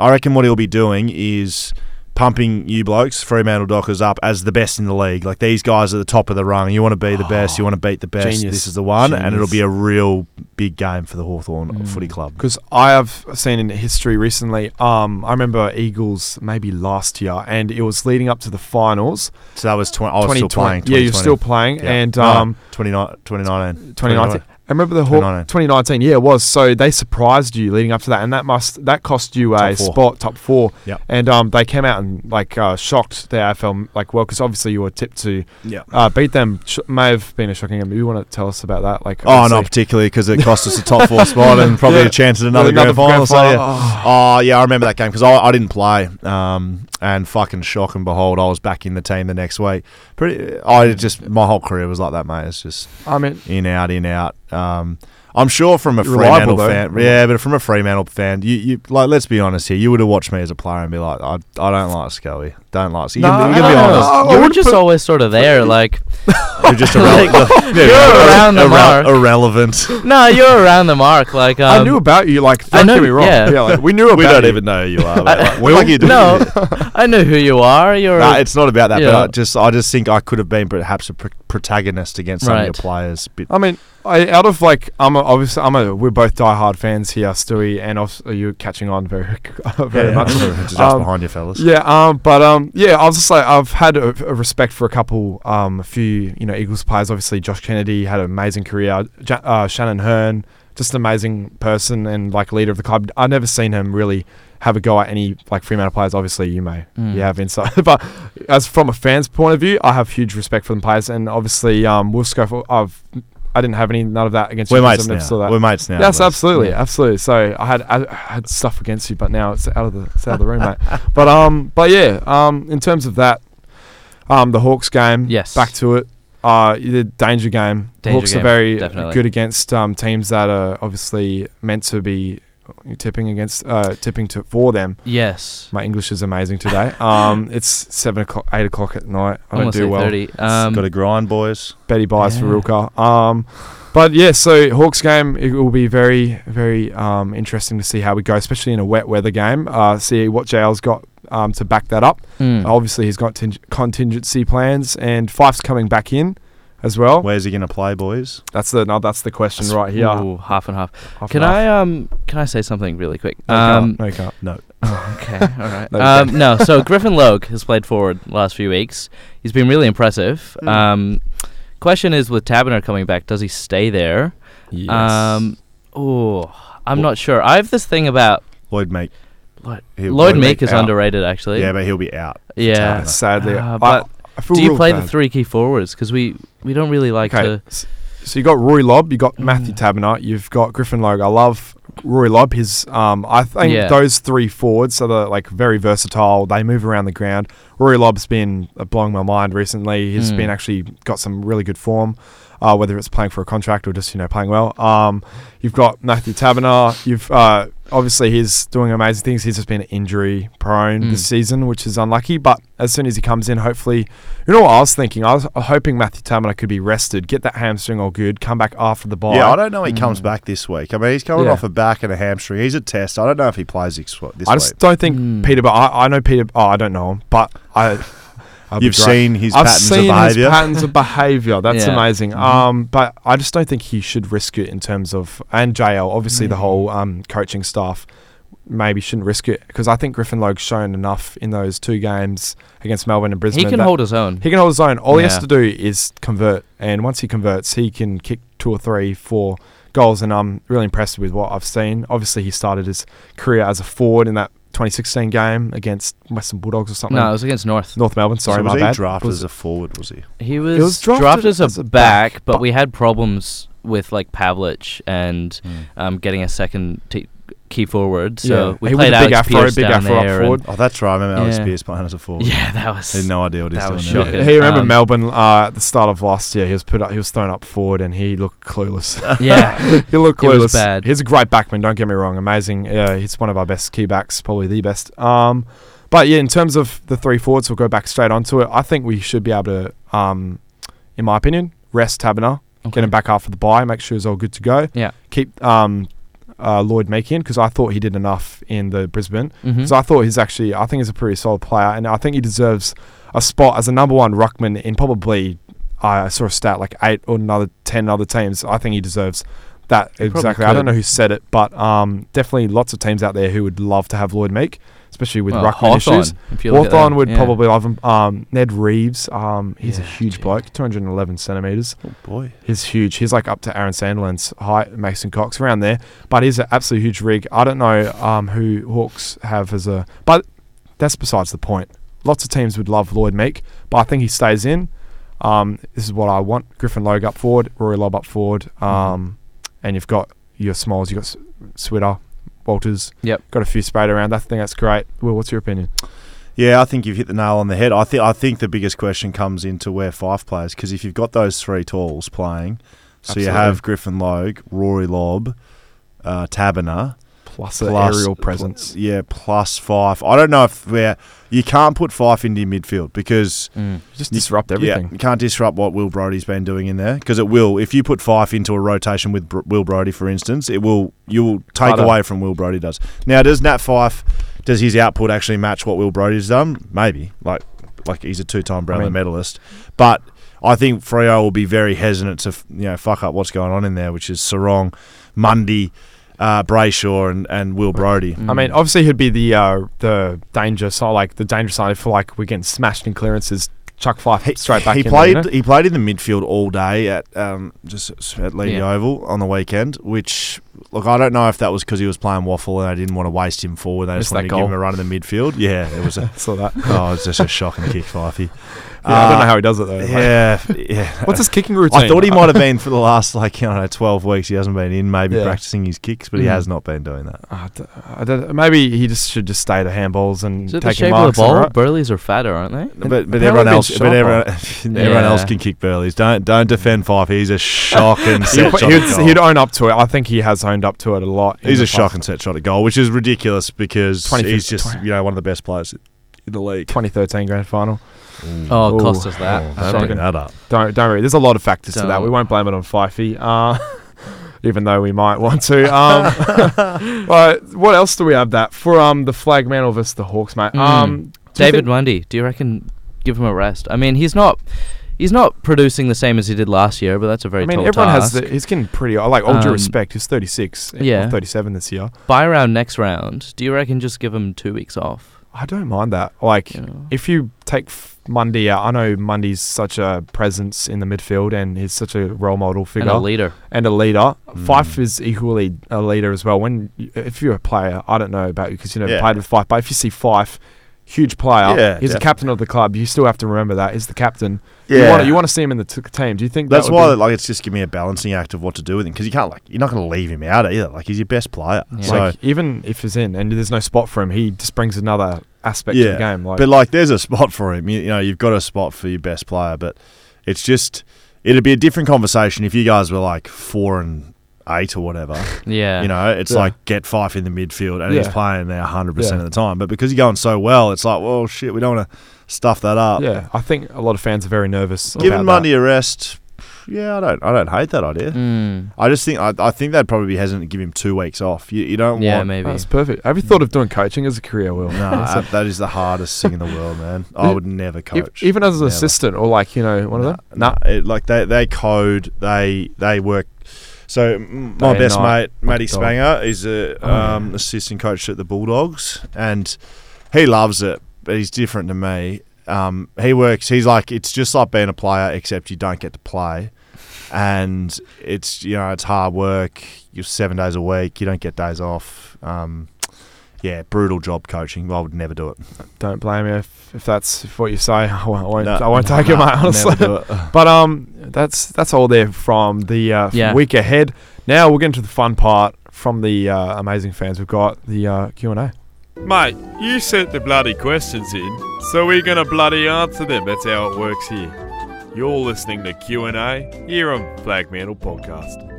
Speaker 5: I reckon what he'll be doing is pumping you blokes, Fremantle Dockers, up as the best in the league. Like these guys are the top of the rung. You want to be the best. You want to beat the best.
Speaker 3: genius.
Speaker 5: This is the one, and it'll
Speaker 3: Genius. Mm.
Speaker 5: be a real big game for the Hawthorn Footy Club.
Speaker 3: because I have seen in history recently. Um, I remember Eagles maybe last year, and it was leading up to the finals.
Speaker 5: So that was 20. I was still
Speaker 3: 2020.
Speaker 5: playing.
Speaker 3: Yeah, you're still
Speaker 5: 2020.
Speaker 3: playing,
Speaker 5: Yeah.
Speaker 3: and
Speaker 5: No,
Speaker 3: um,
Speaker 5: 29 2019.
Speaker 3: 2019. I remember the Haw-
Speaker 5: 2019.
Speaker 3: 2019. Yeah, it was. So they surprised you leading up to that, and that must that cost you a
Speaker 5: Top four.
Speaker 3: spot top four.
Speaker 5: Yep.
Speaker 3: And um, they came out and like uh, shocked the AFL like well because obviously you were tipped to
Speaker 5: Yep.
Speaker 3: uh, beat them. Sh- may have been a shocking game. You want to tell us about that? Like
Speaker 5: Oh,
Speaker 3: obviously-
Speaker 5: not particularly because it cost us a top four spot
Speaker 3: [LAUGHS]
Speaker 5: and probably
Speaker 3: Yeah.
Speaker 5: a chance at another,
Speaker 3: Another
Speaker 5: grand final.
Speaker 3: grand final.
Speaker 5: So, yeah. Oh. yeah, I remember that game because I, I didn't play. Um, and fucking shock and behold, I was back in the team the next week. Pretty, I just my whole career was like that, mate. It's just
Speaker 3: I mean,
Speaker 5: in out, in out. Um, I'm sure from a Fremantle
Speaker 3: Reliable, though.
Speaker 5: fan, yeah, but from a Fremantle fan, you, you like. Let's be honest here. You would have watched me as a player and be like, I, I don't like Scully. Don't like. Scully. You can- you can be
Speaker 3: no, no,
Speaker 5: honest.
Speaker 3: I- I
Speaker 4: you Oh, were
Speaker 3: would
Speaker 4: just
Speaker 3: put- [LAUGHS]
Speaker 4: always sort of there, like
Speaker 5: You're just irrelevant. yeah,
Speaker 4: around the
Speaker 5: irre-
Speaker 4: mark.
Speaker 5: Irrelevant.
Speaker 4: no, you're around the mark. Like um,
Speaker 3: I knew [LAUGHS] about you. Like,
Speaker 4: I
Speaker 3: don't
Speaker 4: know-
Speaker 3: get me wrong.
Speaker 4: yeah.
Speaker 3: Yeah, like, we knew
Speaker 5: [LAUGHS]
Speaker 3: about
Speaker 5: we don't
Speaker 3: you.
Speaker 5: even know who you [LAUGHS] are. mate. Like, Will? you do.
Speaker 4: no,
Speaker 3: [LAUGHS]
Speaker 4: I know who you are.
Speaker 5: [LAUGHS]
Speaker 4: You're
Speaker 5: Nah, it's not about that. But
Speaker 4: Yeah.
Speaker 5: I just, I just think I could have been perhaps a pr- protagonist against some of your
Speaker 4: Right.
Speaker 5: players. Bit-
Speaker 3: I mean, I, out of like, I'm a, obviously, I'm a, we're both diehard fans here, Stewie, and also you're catching on very, [LAUGHS] very much.
Speaker 5: just
Speaker 3: Um,
Speaker 5: behind you, fellas.
Speaker 3: Yeah, um, but um, yeah, I was just like, I've had a, a respect for a couple, um, a few, you know, Eagles players. Obviously, Josh Kennedy had an amazing career. Ja- uh, Shannon Hearn, just an amazing person and like leader of the club. I've never seen him really have a go at any like Fremantle players. Obviously, you may,
Speaker 5: Mm.
Speaker 3: you have insight, [LAUGHS] but as from a fan's point of view, I have huge respect for the players, and obviously, um, Wolf Scofield, I've. I didn't have any none of that against
Speaker 5: We're
Speaker 3: you. 'cause
Speaker 5: mates
Speaker 3: I've never
Speaker 5: now.
Speaker 3: saw that.
Speaker 5: We're mates now,
Speaker 3: Yes,
Speaker 5: Les.
Speaker 3: absolutely, absolutely. So I had I had stuff against you, but now it's out of the it's out of the room, mate. [LAUGHS] But um, but yeah, um, in terms of that, um, the Hawks game,
Speaker 4: Yes.
Speaker 3: back to it. Uh, the danger game.
Speaker 4: Danger
Speaker 3: Hawks
Speaker 4: game,
Speaker 3: are very
Speaker 4: definitely.
Speaker 3: good against um teams that are obviously meant to be tipping against uh tipping to for them.
Speaker 4: yes.
Speaker 3: My English is amazing
Speaker 4: [LAUGHS]
Speaker 3: today. Um, it's seven o'clock, eight o'clock at night. I
Speaker 4: Almost
Speaker 3: don't do well.
Speaker 4: 8:30. Um,
Speaker 5: Got to grind, boys.
Speaker 3: Betty buys
Speaker 4: Yeah.
Speaker 3: for Rilka. Um, but yeah, so Hawks game it will be very, very um, interesting to see how we go, especially in a wet weather game. Uh, see what JL's got um, to back that up.
Speaker 4: Mm.
Speaker 3: Obviously, he's got ting- contingency plans, and Fife's coming back in as well.
Speaker 5: Where's he going to play, boys?
Speaker 3: That's the no, that's the question right here.
Speaker 4: Ooh, half and half.
Speaker 3: Half
Speaker 4: Can
Speaker 3: and half.
Speaker 4: I um can I say something really quick?
Speaker 3: No, you
Speaker 4: um
Speaker 3: can't. no, you can't.
Speaker 5: No.
Speaker 3: [LAUGHS]
Speaker 4: okay, all right.
Speaker 3: No,
Speaker 4: um no,
Speaker 3: [LAUGHS]
Speaker 4: so Griffin Logue has played forward last few weeks. He's been really impressive.
Speaker 3: Mm.
Speaker 4: Um question is with Taberner coming back, does he stay there? Um oh, I'm not sure. I have this thing about
Speaker 5: Lloyd Meek.
Speaker 4: Lloyd,
Speaker 5: He'll-
Speaker 4: Lloyd
Speaker 5: Lloyd
Speaker 4: Meek
Speaker 5: Meek
Speaker 4: is
Speaker 5: out.
Speaker 4: underrated actually.
Speaker 5: Yeah, but he'll be out.
Speaker 4: Yeah.
Speaker 5: Taberner.
Speaker 3: Sadly,
Speaker 4: Ah,
Speaker 3: I-
Speaker 4: but
Speaker 3: I feel
Speaker 4: Do you
Speaker 3: real
Speaker 4: play the
Speaker 3: bad.
Speaker 4: three key forwards? Because we, we don't really like
Speaker 3: Okay.
Speaker 4: to. Mm.
Speaker 3: s- So you got Rory Lobb, you got Matthew Taberner, you've got Griffin Logue. I love Rory Lobb. His, um, I think
Speaker 4: Yeah.
Speaker 3: those three forwards are the, like very versatile. They move around the ground. Rory Lobb's been uh, blowing my mind recently. He's been actually got some really good form, uh, whether it's playing for a contract or just you know playing well. Um, you've got Matthew Taberner. You've uh, obviously he's doing amazing things. He's just been injury prone this season, which is unlucky. But as soon as he comes in, hopefully, you know what I was thinking. I was hoping Matthew Taberner could be rested, get that hamstring all good, come back after the bye.
Speaker 5: Yeah, Oh, I don't know. He comes back this week. I mean, he's coming
Speaker 3: Yeah.
Speaker 5: off a back and a hamstring. He's a test. I don't know if he plays this, w- this
Speaker 3: I just
Speaker 5: week.
Speaker 3: don't think
Speaker 4: Hmm.
Speaker 3: Peter. But I, I know Peter. Oh, I don't know him, but I. I'll be
Speaker 5: You've
Speaker 3: great.
Speaker 5: seen his
Speaker 3: I've
Speaker 5: patterns of
Speaker 3: seen
Speaker 5: behaviour.
Speaker 3: His patterns of
Speaker 4: [LAUGHS]
Speaker 3: behaviour. That's
Speaker 4: Yeah. Mm-hmm.
Speaker 3: amazing. Um, but I just don't think he should risk it in terms of and JL. Obviously,
Speaker 4: Mm.
Speaker 3: the whole um, coaching staff maybe shouldn't risk it because I think Griffin Logue's shown enough in those two games against Melbourne and Brisbane.
Speaker 4: He can
Speaker 3: that-
Speaker 4: hold his own.
Speaker 3: He can hold his own. All he
Speaker 4: Yeah.
Speaker 3: has to do is convert, and once he converts, he can kick two or three, four goals. And I'm really impressed with what I've seen. Obviously, he started his career as a forward in that 2016 game against Western Bulldogs or something.
Speaker 4: no, it was against North.
Speaker 3: North Melbourne. Sorry,
Speaker 5: so was
Speaker 3: my
Speaker 5: he
Speaker 3: bad.
Speaker 5: drafted
Speaker 3: Was-
Speaker 5: as a forward? Was he?
Speaker 4: He was,
Speaker 3: was
Speaker 4: drafted,
Speaker 3: drafted
Speaker 4: as, a
Speaker 3: as a
Speaker 4: back,
Speaker 3: back,
Speaker 4: but
Speaker 3: but-
Speaker 4: we had problems with like Pavlich and um, getting a second t- key forward. So
Speaker 3: Yeah.
Speaker 4: we
Speaker 3: He with
Speaker 4: played
Speaker 3: a
Speaker 4: out
Speaker 3: big
Speaker 4: Alex
Speaker 3: afro,
Speaker 4: Pierce
Speaker 3: big
Speaker 4: down
Speaker 3: afro up
Speaker 4: there and-
Speaker 3: forward.
Speaker 5: Oh, that's right. I remember Alex
Speaker 4: Yeah.
Speaker 5: Pierce playing as a forward.
Speaker 4: [LAUGHS] yeah, that
Speaker 5: He
Speaker 4: was
Speaker 5: had no idea what he's
Speaker 4: that
Speaker 5: doing.
Speaker 4: was
Speaker 5: now.
Speaker 4: shocking.
Speaker 3: He remember
Speaker 4: Um,
Speaker 3: Melbourne uh, at the start of last year. He was put up, he was thrown up forward, and he looked clueless.
Speaker 4: [LAUGHS] Yeah,
Speaker 3: he looked
Speaker 4: It
Speaker 3: clueless.
Speaker 4: was bad.
Speaker 3: He's a great backman. Don't get me wrong. Amazing. Yeah, he's one of our best key backs, probably the best. Um, but yeah, in terms of the three forwards, we'll go back straight onto it. I think we should be able to, um, in my opinion, rest Taberner, get him back after the bye, make sure he's all good to go.
Speaker 4: Yeah.
Speaker 3: Keep um, uh, Lloyd Meek in because I thought he did enough in the Brisbane.
Speaker 4: Mhm.
Speaker 3: So I thought he's actually, I think he's a pretty solid player, and I think he deserves a spot as a number one ruckman in probably. I saw a stat like eight or another ten other teams. I think he deserves that
Speaker 4: probably
Speaker 3: exactly. I
Speaker 4: could.
Speaker 3: don't know who said it, but um, definitely lots of teams out there who would love to have Lloyd Meek, especially with
Speaker 4: Well,
Speaker 3: ruckman
Speaker 4: Hawthorn,
Speaker 3: issues.
Speaker 4: if you look at that,
Speaker 3: Hawthorn would
Speaker 4: yeah.
Speaker 3: probably love him. Um, Ned Reeves, um, he's a
Speaker 4: Yeah,
Speaker 3: huge bloke, 211 centimeters.
Speaker 5: Oh, Boy.
Speaker 3: He's huge. He's like up to Aaron Sandlin's height, Mason Cox, around there. But he's an absolute huge rig. I don't know um, who Hawks have as a. But that's besides the point. Lots of teams would love Lloyd Meek, but I think he stays in. Um, this is what I want. Griffin Logue up forward, Rory Lobb up forward. Um, And you've got your Smalls, you've got S- Switter, Walters.
Speaker 4: Yep.
Speaker 3: Got a few sprayed around. I think that's great. Will, what's your opinion?
Speaker 5: Yeah, I think you've hit the nail on the head. I think I think the biggest question comes into where Fife plays because if you've got those three talls playing, so you
Speaker 3: Absolutely.
Speaker 5: have Griffin Logue, Rory Lobb, uh, Taberner,
Speaker 3: Plus,
Speaker 5: plus
Speaker 3: the aerial presence.
Speaker 5: pl- yeah, plus Fife. I don't know if we're you can't put Fife into your midfield because
Speaker 3: Just disrupt everything.
Speaker 5: yeah, you can't disrupt what Will Brody's been doing in there because it will. If you put Fife into a rotation with Br- Will Brody, for instance, it will you will take
Speaker 3: Harder.
Speaker 5: away from Will Brody does. Now, does Nat Fife does his output actually match what Will Brody's done? Maybe like like he's a two time Brownlow
Speaker 3: mean-
Speaker 5: medalist, but I think Freo will be very hesitant to f- you know fuck up what's going on in there, which is Sarong, Mundy, uh, Brayshaw, and and Will Brody.
Speaker 3: I mean, obviously he'd be the uh, the danger side, like the danger side for like we're getting smashed in clearances. Chuck Fife straight back.
Speaker 5: He
Speaker 3: in
Speaker 5: played.
Speaker 3: There, you know?
Speaker 5: He played in the midfield all day at um, just s- at Lady
Speaker 4: Yeah.
Speaker 5: Oval on the weekend. Which look, I don't know if that was because he was playing waffle and I didn't want to waste him forward. They
Speaker 3: Missed
Speaker 5: just wanted to
Speaker 3: that
Speaker 5: give
Speaker 3: goal.
Speaker 5: him a run in the midfield. Yeah, it was a.
Speaker 3: [LAUGHS] Saw that. Yeah,
Speaker 5: oh, it was just a shocking kick,
Speaker 3: [LAUGHS]
Speaker 5: Fifey.
Speaker 3: I don't
Speaker 5: Uh,
Speaker 3: know how he does it though. Like,
Speaker 5: Yeah,
Speaker 3: [LAUGHS]
Speaker 5: yeah.
Speaker 3: What's his kicking routine?
Speaker 5: I thought he might have been for the last like you know twelve weeks. He hasn't been in, maybe
Speaker 3: Yeah.
Speaker 5: practicing his kicks, but he
Speaker 3: Mm.
Speaker 5: has not been doing that.
Speaker 3: I d- I don't- maybe he just should just stay to handballs and
Speaker 4: Is it the
Speaker 3: taking
Speaker 4: shape of
Speaker 3: marks.
Speaker 4: the ball?
Speaker 3: alright?
Speaker 4: Burleys are fatter, aren't they?
Speaker 5: But but
Speaker 3: apparently
Speaker 5: everyone
Speaker 3: been
Speaker 5: else, but
Speaker 3: sharper.
Speaker 5: everyone, [LAUGHS] everyone else
Speaker 4: Yeah.
Speaker 5: can kick burleys. Don't don't defend Fife. He's a shocking.
Speaker 3: [LAUGHS] He,
Speaker 5: set shot at
Speaker 3: would
Speaker 5: goal.
Speaker 3: he'd own up to it. I think he has owned up to it a lot. in
Speaker 5: He's
Speaker 3: the
Speaker 5: a
Speaker 3: past.
Speaker 5: shocking set shot at goal, which is ridiculous because
Speaker 3: 25th
Speaker 5: he's just
Speaker 3: twen-
Speaker 5: you know one of the best players in the league.
Speaker 3: 2013 grand final.
Speaker 4: Oh,
Speaker 3: Ooh.
Speaker 4: cost us
Speaker 3: oh,
Speaker 4: that.
Speaker 5: Don't
Speaker 4: Shame.
Speaker 5: bring that up.
Speaker 3: Don't don't worry. There's a lot of factors to that. We
Speaker 4: Don't.
Speaker 3: won't blame it on Fifey, uh, [LAUGHS] even though we might want to.
Speaker 4: [LAUGHS]
Speaker 3: Um, but what else do we have that for? Um, the flag mantle versus the Hawks,
Speaker 4: Mm.
Speaker 3: mate. Um, do you
Speaker 4: David
Speaker 3: think-
Speaker 4: Mundy, do you reckon give him a rest? I mean, he's not he's not producing the same as he did last year, but that's a very
Speaker 3: I mean,
Speaker 4: tall
Speaker 3: everyone
Speaker 4: task.
Speaker 3: has. The, he's getting pretty. I like all due
Speaker 4: Um,
Speaker 3: respect. He's 36. eh,
Speaker 4: yeah.
Speaker 3: or 37 this year.
Speaker 4: Buy round next round. Do you reckon just give him two weeks off?
Speaker 3: I don't mind that. Like,
Speaker 4: Yeah.
Speaker 3: if you take F- Mundy out, I know Mundy's such a presence in the midfield and he's such a role model figure.
Speaker 4: And
Speaker 3: [LAUGHS]
Speaker 4: a leader.
Speaker 3: and a leader.
Speaker 5: Mm.
Speaker 3: Fife is equally a leader as well. When if you're a player, I don't know about you because you never
Speaker 5: Yeah.
Speaker 3: played with Fife, but if you see Fife, huge
Speaker 5: Yeah,
Speaker 3: player, he's the
Speaker 5: definitely.
Speaker 3: captain of the club. You still have to remember that he's the captain. You want to, you want to see him in the t- team. Do you think
Speaker 5: That's
Speaker 3: that would
Speaker 5: why
Speaker 3: Be,
Speaker 5: like it's just give me a balancing act of what to do with him because you can't like you're not going to leave him out either. Like he's your best player.
Speaker 4: Yeah.
Speaker 5: So
Speaker 3: like even if he's in and there's no spot for him, he just brings another aspect to the game. Like
Speaker 5: but like, there's a spot for him. You, you know, you've got a spot for your best player, but it's just it'd be a different conversation if you guys were like four and eight or whatever.
Speaker 4: Yeah.
Speaker 5: You know, it's
Speaker 3: Yeah.
Speaker 5: like get Fife in the midfield, and he's
Speaker 3: Yeah.
Speaker 5: playing there 100 percent
Speaker 3: Yeah.
Speaker 5: of the time. But because you're going so well, it's like, well, shit, we don't want to stuff that up.
Speaker 3: yeah, I think a lot of fans are very nervous.
Speaker 5: Giving
Speaker 3: about
Speaker 5: Mundy a rest, yeah, I don't, I don't hate that idea.
Speaker 4: Mm,
Speaker 5: I just think, I, I think they'd probably be hesitant to give him two weeks off. You, you don't
Speaker 4: yeah,
Speaker 5: want.
Speaker 3: That.
Speaker 4: maybe.
Speaker 3: That's perfect. Have you thought of doing coaching as a career, Will?
Speaker 5: No,
Speaker 4: [LAUGHS]
Speaker 5: that- that is the hardest thing in the world, man. I would never
Speaker 3: Ev-
Speaker 5: coach,
Speaker 3: Even as an
Speaker 5: Never.
Speaker 3: assistant or like you know one of them.
Speaker 5: No, it, like they, they code, they they work. So m- my
Speaker 3: Day and
Speaker 5: best
Speaker 3: night.
Speaker 5: mate, Matty
Speaker 3: Dog. Oh,
Speaker 5: Spanger, is a um, assistant coach at the Bulldogs, and he loves it, but he's different to me. Um, he works. He's like it's just like being a player, except you don't get to play, and it's you know it's hard work. You're seven days a week. You don't get days off. Um, yeah, brutal job coaching. I would never do it.
Speaker 3: Don't blame me if, if that's what you say. [LAUGHS] I won't, I won't,
Speaker 5: No.
Speaker 3: I won't take it,
Speaker 5: No,
Speaker 3: mate. Honestly,
Speaker 5: never do it.
Speaker 3: But um, that's that's all there from the uh, f-
Speaker 4: Yeah.
Speaker 3: week ahead. Now we'll get into the fun part from the uh, amazing fans. We've got the uh, Q and A.
Speaker 8: Mate, you sent the bloody questions in, so we're gonna bloody answer them. That's how it works here. You're listening to Q and A here on Flag Mantle Podcast.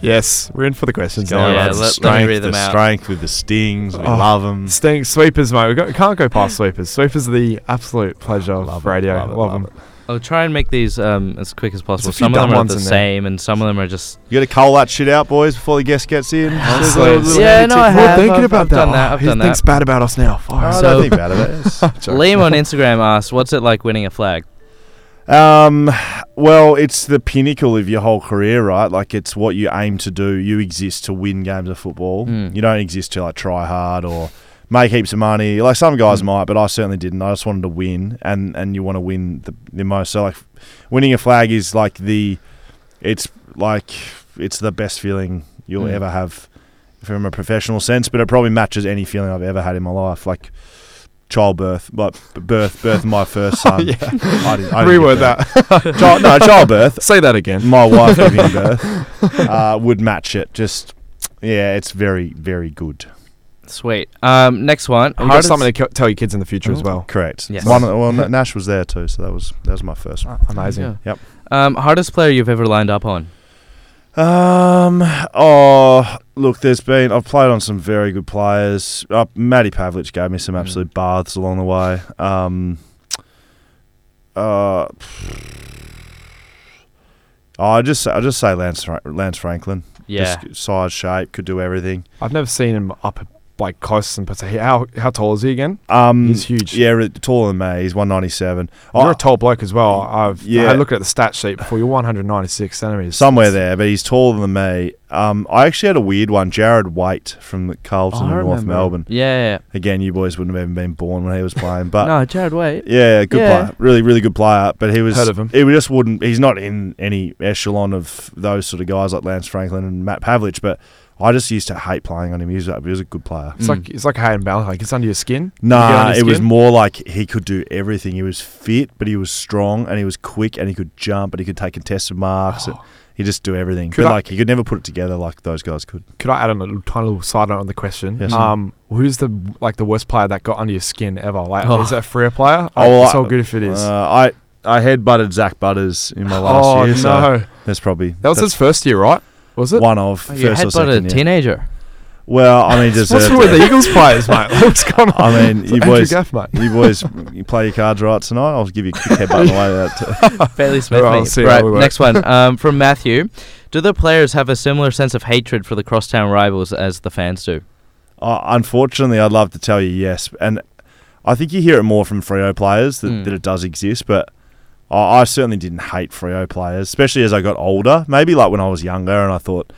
Speaker 3: Yes, we're in for the questions.
Speaker 5: Going
Speaker 4: Yeah,
Speaker 5: on
Speaker 3: now.
Speaker 5: the
Speaker 4: let- let me
Speaker 5: strength,
Speaker 4: read them
Speaker 5: the
Speaker 4: out.
Speaker 5: strength with the stings. We
Speaker 3: Oh.
Speaker 5: love them.
Speaker 3: Sting sweepers, mate. We, got, we can't
Speaker 5: [LAUGHS]
Speaker 3: go past sweepers. Sweepers are the absolute pleasure of
Speaker 5: Love it,
Speaker 3: radio.
Speaker 5: love it,
Speaker 3: Love,
Speaker 5: love
Speaker 3: them.
Speaker 4: I'll try and make these um, as quick as possible.
Speaker 3: There's a few
Speaker 4: Some of
Speaker 3: dumb
Speaker 4: them are
Speaker 3: ones
Speaker 4: the
Speaker 3: in there.
Speaker 4: same, and some of them are just.
Speaker 5: You got to cull that shit out, boys, before the guest gets in. Just a
Speaker 3: Honestly,
Speaker 5: little- little
Speaker 4: Yeah,
Speaker 5: handy
Speaker 4: no,
Speaker 5: tip.
Speaker 4: I
Speaker 3: We're
Speaker 4: have.
Speaker 3: thinking
Speaker 4: I've-
Speaker 3: about
Speaker 4: I've
Speaker 3: that.
Speaker 4: done that, I've
Speaker 3: he
Speaker 4: done
Speaker 3: thinks
Speaker 4: that.
Speaker 3: bad about us now. Fire
Speaker 5: I
Speaker 3: us.
Speaker 5: don't
Speaker 4: So-
Speaker 5: think about it. It's-
Speaker 4: [LAUGHS] Liam
Speaker 3: [LAUGHS]
Speaker 4: on Instagram asks, "What's it like winning a flag?"
Speaker 5: Um, well, it's the pinnacle of your whole career, right? Like it's what you aim to do. You exist to win games of football.
Speaker 4: Mm.
Speaker 3: Hmm.
Speaker 5: You don't exist to like try hard or make heaps of money. Like some guys
Speaker 3: Hmm.
Speaker 5: might, but I certainly didn't. I just wanted to win, and and you want to win the, the most. So like, winning a flag is like the, it's like it's the best feeling you'll
Speaker 4: Mm.
Speaker 3: Hmm.
Speaker 5: ever have from a professional sense. But it probably matches any feeling I've ever had in my life. Like. Childbirth, like birth, birth of my
Speaker 3: [LAUGHS]
Speaker 5: first son.
Speaker 3: Oh, Yeah.
Speaker 5: I didn't, I didn't get
Speaker 3: Reword
Speaker 5: that
Speaker 3: that.
Speaker 5: child,
Speaker 4: [LAUGHS]
Speaker 5: no childbirth.
Speaker 3: Say that again.
Speaker 5: My wife giving birth uh, would match it. Just yeah, it's very very good.
Speaker 4: Sweet. Um, next one.
Speaker 3: And you got
Speaker 4: hardest-
Speaker 3: something to co- tell your kids in the future
Speaker 5: Oh,
Speaker 3: as well.
Speaker 5: Correct.
Speaker 4: Yes.
Speaker 5: One, well, Na- Nash was there too, so that was that was my first one.
Speaker 3: Amazing.
Speaker 4: Yeah.
Speaker 5: Yep.
Speaker 4: Um, hardest player you've ever lined up on. Ah.
Speaker 5: Um. Oh, look. There's been. I've played on some very good players. Uh, Matty Pavlich gave me
Speaker 4: Mm.
Speaker 5: some absolute baths along the way. Um. Uh. I just. I just say Lance. Fra- Lance Franklin.
Speaker 4: Yeah.
Speaker 5: Just size, shape, could do everything.
Speaker 3: I've never seen him up like close and but how how tall is he again?
Speaker 5: Um.
Speaker 3: He's huge.
Speaker 5: Yeah. re- Taller than me. He's 197.
Speaker 3: You're
Speaker 5: I-
Speaker 3: a tall bloke as well. I've yeah.
Speaker 5: Oh. Yeah.
Speaker 3: I looked at the stat sheet before. You're 196 centimeters.
Speaker 5: somewhere there, but he's taller than me. Um, I actually had a weird one. Jared Waite from the Carlton
Speaker 3: Oh, I
Speaker 5: in North
Speaker 3: remember.
Speaker 5: Melbourne.
Speaker 4: Yeah.
Speaker 5: Again, you boys wouldn't have even been born when he was playing,
Speaker 3: [LAUGHS]
Speaker 5: but.
Speaker 4: no, Jared Wait.
Speaker 5: Yeah, good
Speaker 4: Yeah.
Speaker 5: player. Really, really good player. But he was
Speaker 3: Heard of him.
Speaker 5: He just wouldn't. He's not in any echelon of those sort of guys like Lance Franklin and Matt Pavlich. But I just used to hate playing on him. He was, a- he was a good player.
Speaker 3: It's like it's like Hayden Bell. Like it's under your skin.
Speaker 5: Mm.
Speaker 3: You get
Speaker 5: Nah,
Speaker 3: under
Speaker 5: it was
Speaker 3: skin?
Speaker 5: more like he could do everything. He was fit, but he was strong and he was quick and he could jump and he could take contested marks. [SIGHS] And he just do everything.
Speaker 3: Could
Speaker 5: but
Speaker 3: I-
Speaker 5: like he could never put it together like those guys could.
Speaker 3: Could I add a little, tiny little side note on the question?
Speaker 5: Yes.
Speaker 3: Um, who's the like the worst player that got under your skin ever? Like,
Speaker 4: Oh.
Speaker 3: is it a Freo player?
Speaker 5: Oh,
Speaker 3: Oh,
Speaker 5: well,
Speaker 3: it's
Speaker 5: I-
Speaker 3: all good if it is.
Speaker 5: Uh, I I headbutted Zach Butters in my last
Speaker 3: oh
Speaker 5: year.
Speaker 3: no, Oh,
Speaker 5: So that's probably
Speaker 3: that was his
Speaker 5: that's
Speaker 3: first year, right? Was it?
Speaker 5: one of
Speaker 4: You
Speaker 5: first or
Speaker 4: headbutted
Speaker 5: second.
Speaker 4: a
Speaker 5: year.
Speaker 3: [LAUGHS]
Speaker 4: teenager.
Speaker 5: Well, I mean,
Speaker 3: What's
Speaker 5: deserved.
Speaker 3: wrong
Speaker 5: it.
Speaker 3: with the Eagles
Speaker 5: [LAUGHS]
Speaker 3: players, mate? What's going on?
Speaker 5: I mean,
Speaker 3: It's
Speaker 5: you
Speaker 3: Andrew
Speaker 5: boys,
Speaker 3: Gaff, mate.
Speaker 5: you boys, you play your cards right tonight. I'll give you a quick headbutt on the way out. to-
Speaker 4: Bailey Smith.
Speaker 3: Well,
Speaker 4: mate.
Speaker 3: I'll see how
Speaker 4: right.
Speaker 3: we work. [LAUGHS]
Speaker 4: Next one. Um, from Matthew. Do the players have a similar sense of hatred for the crosstown rivals as the fans do?
Speaker 5: Uh, unfortunately, I'd love to tell you yes, and I think you hear it more from Frio players that,
Speaker 3: Hmm.
Speaker 4: Mm.
Speaker 5: that it does exist, but I, I certainly didn't hate Frio players, especially as I got older. Maybe like when I was younger, and I thought,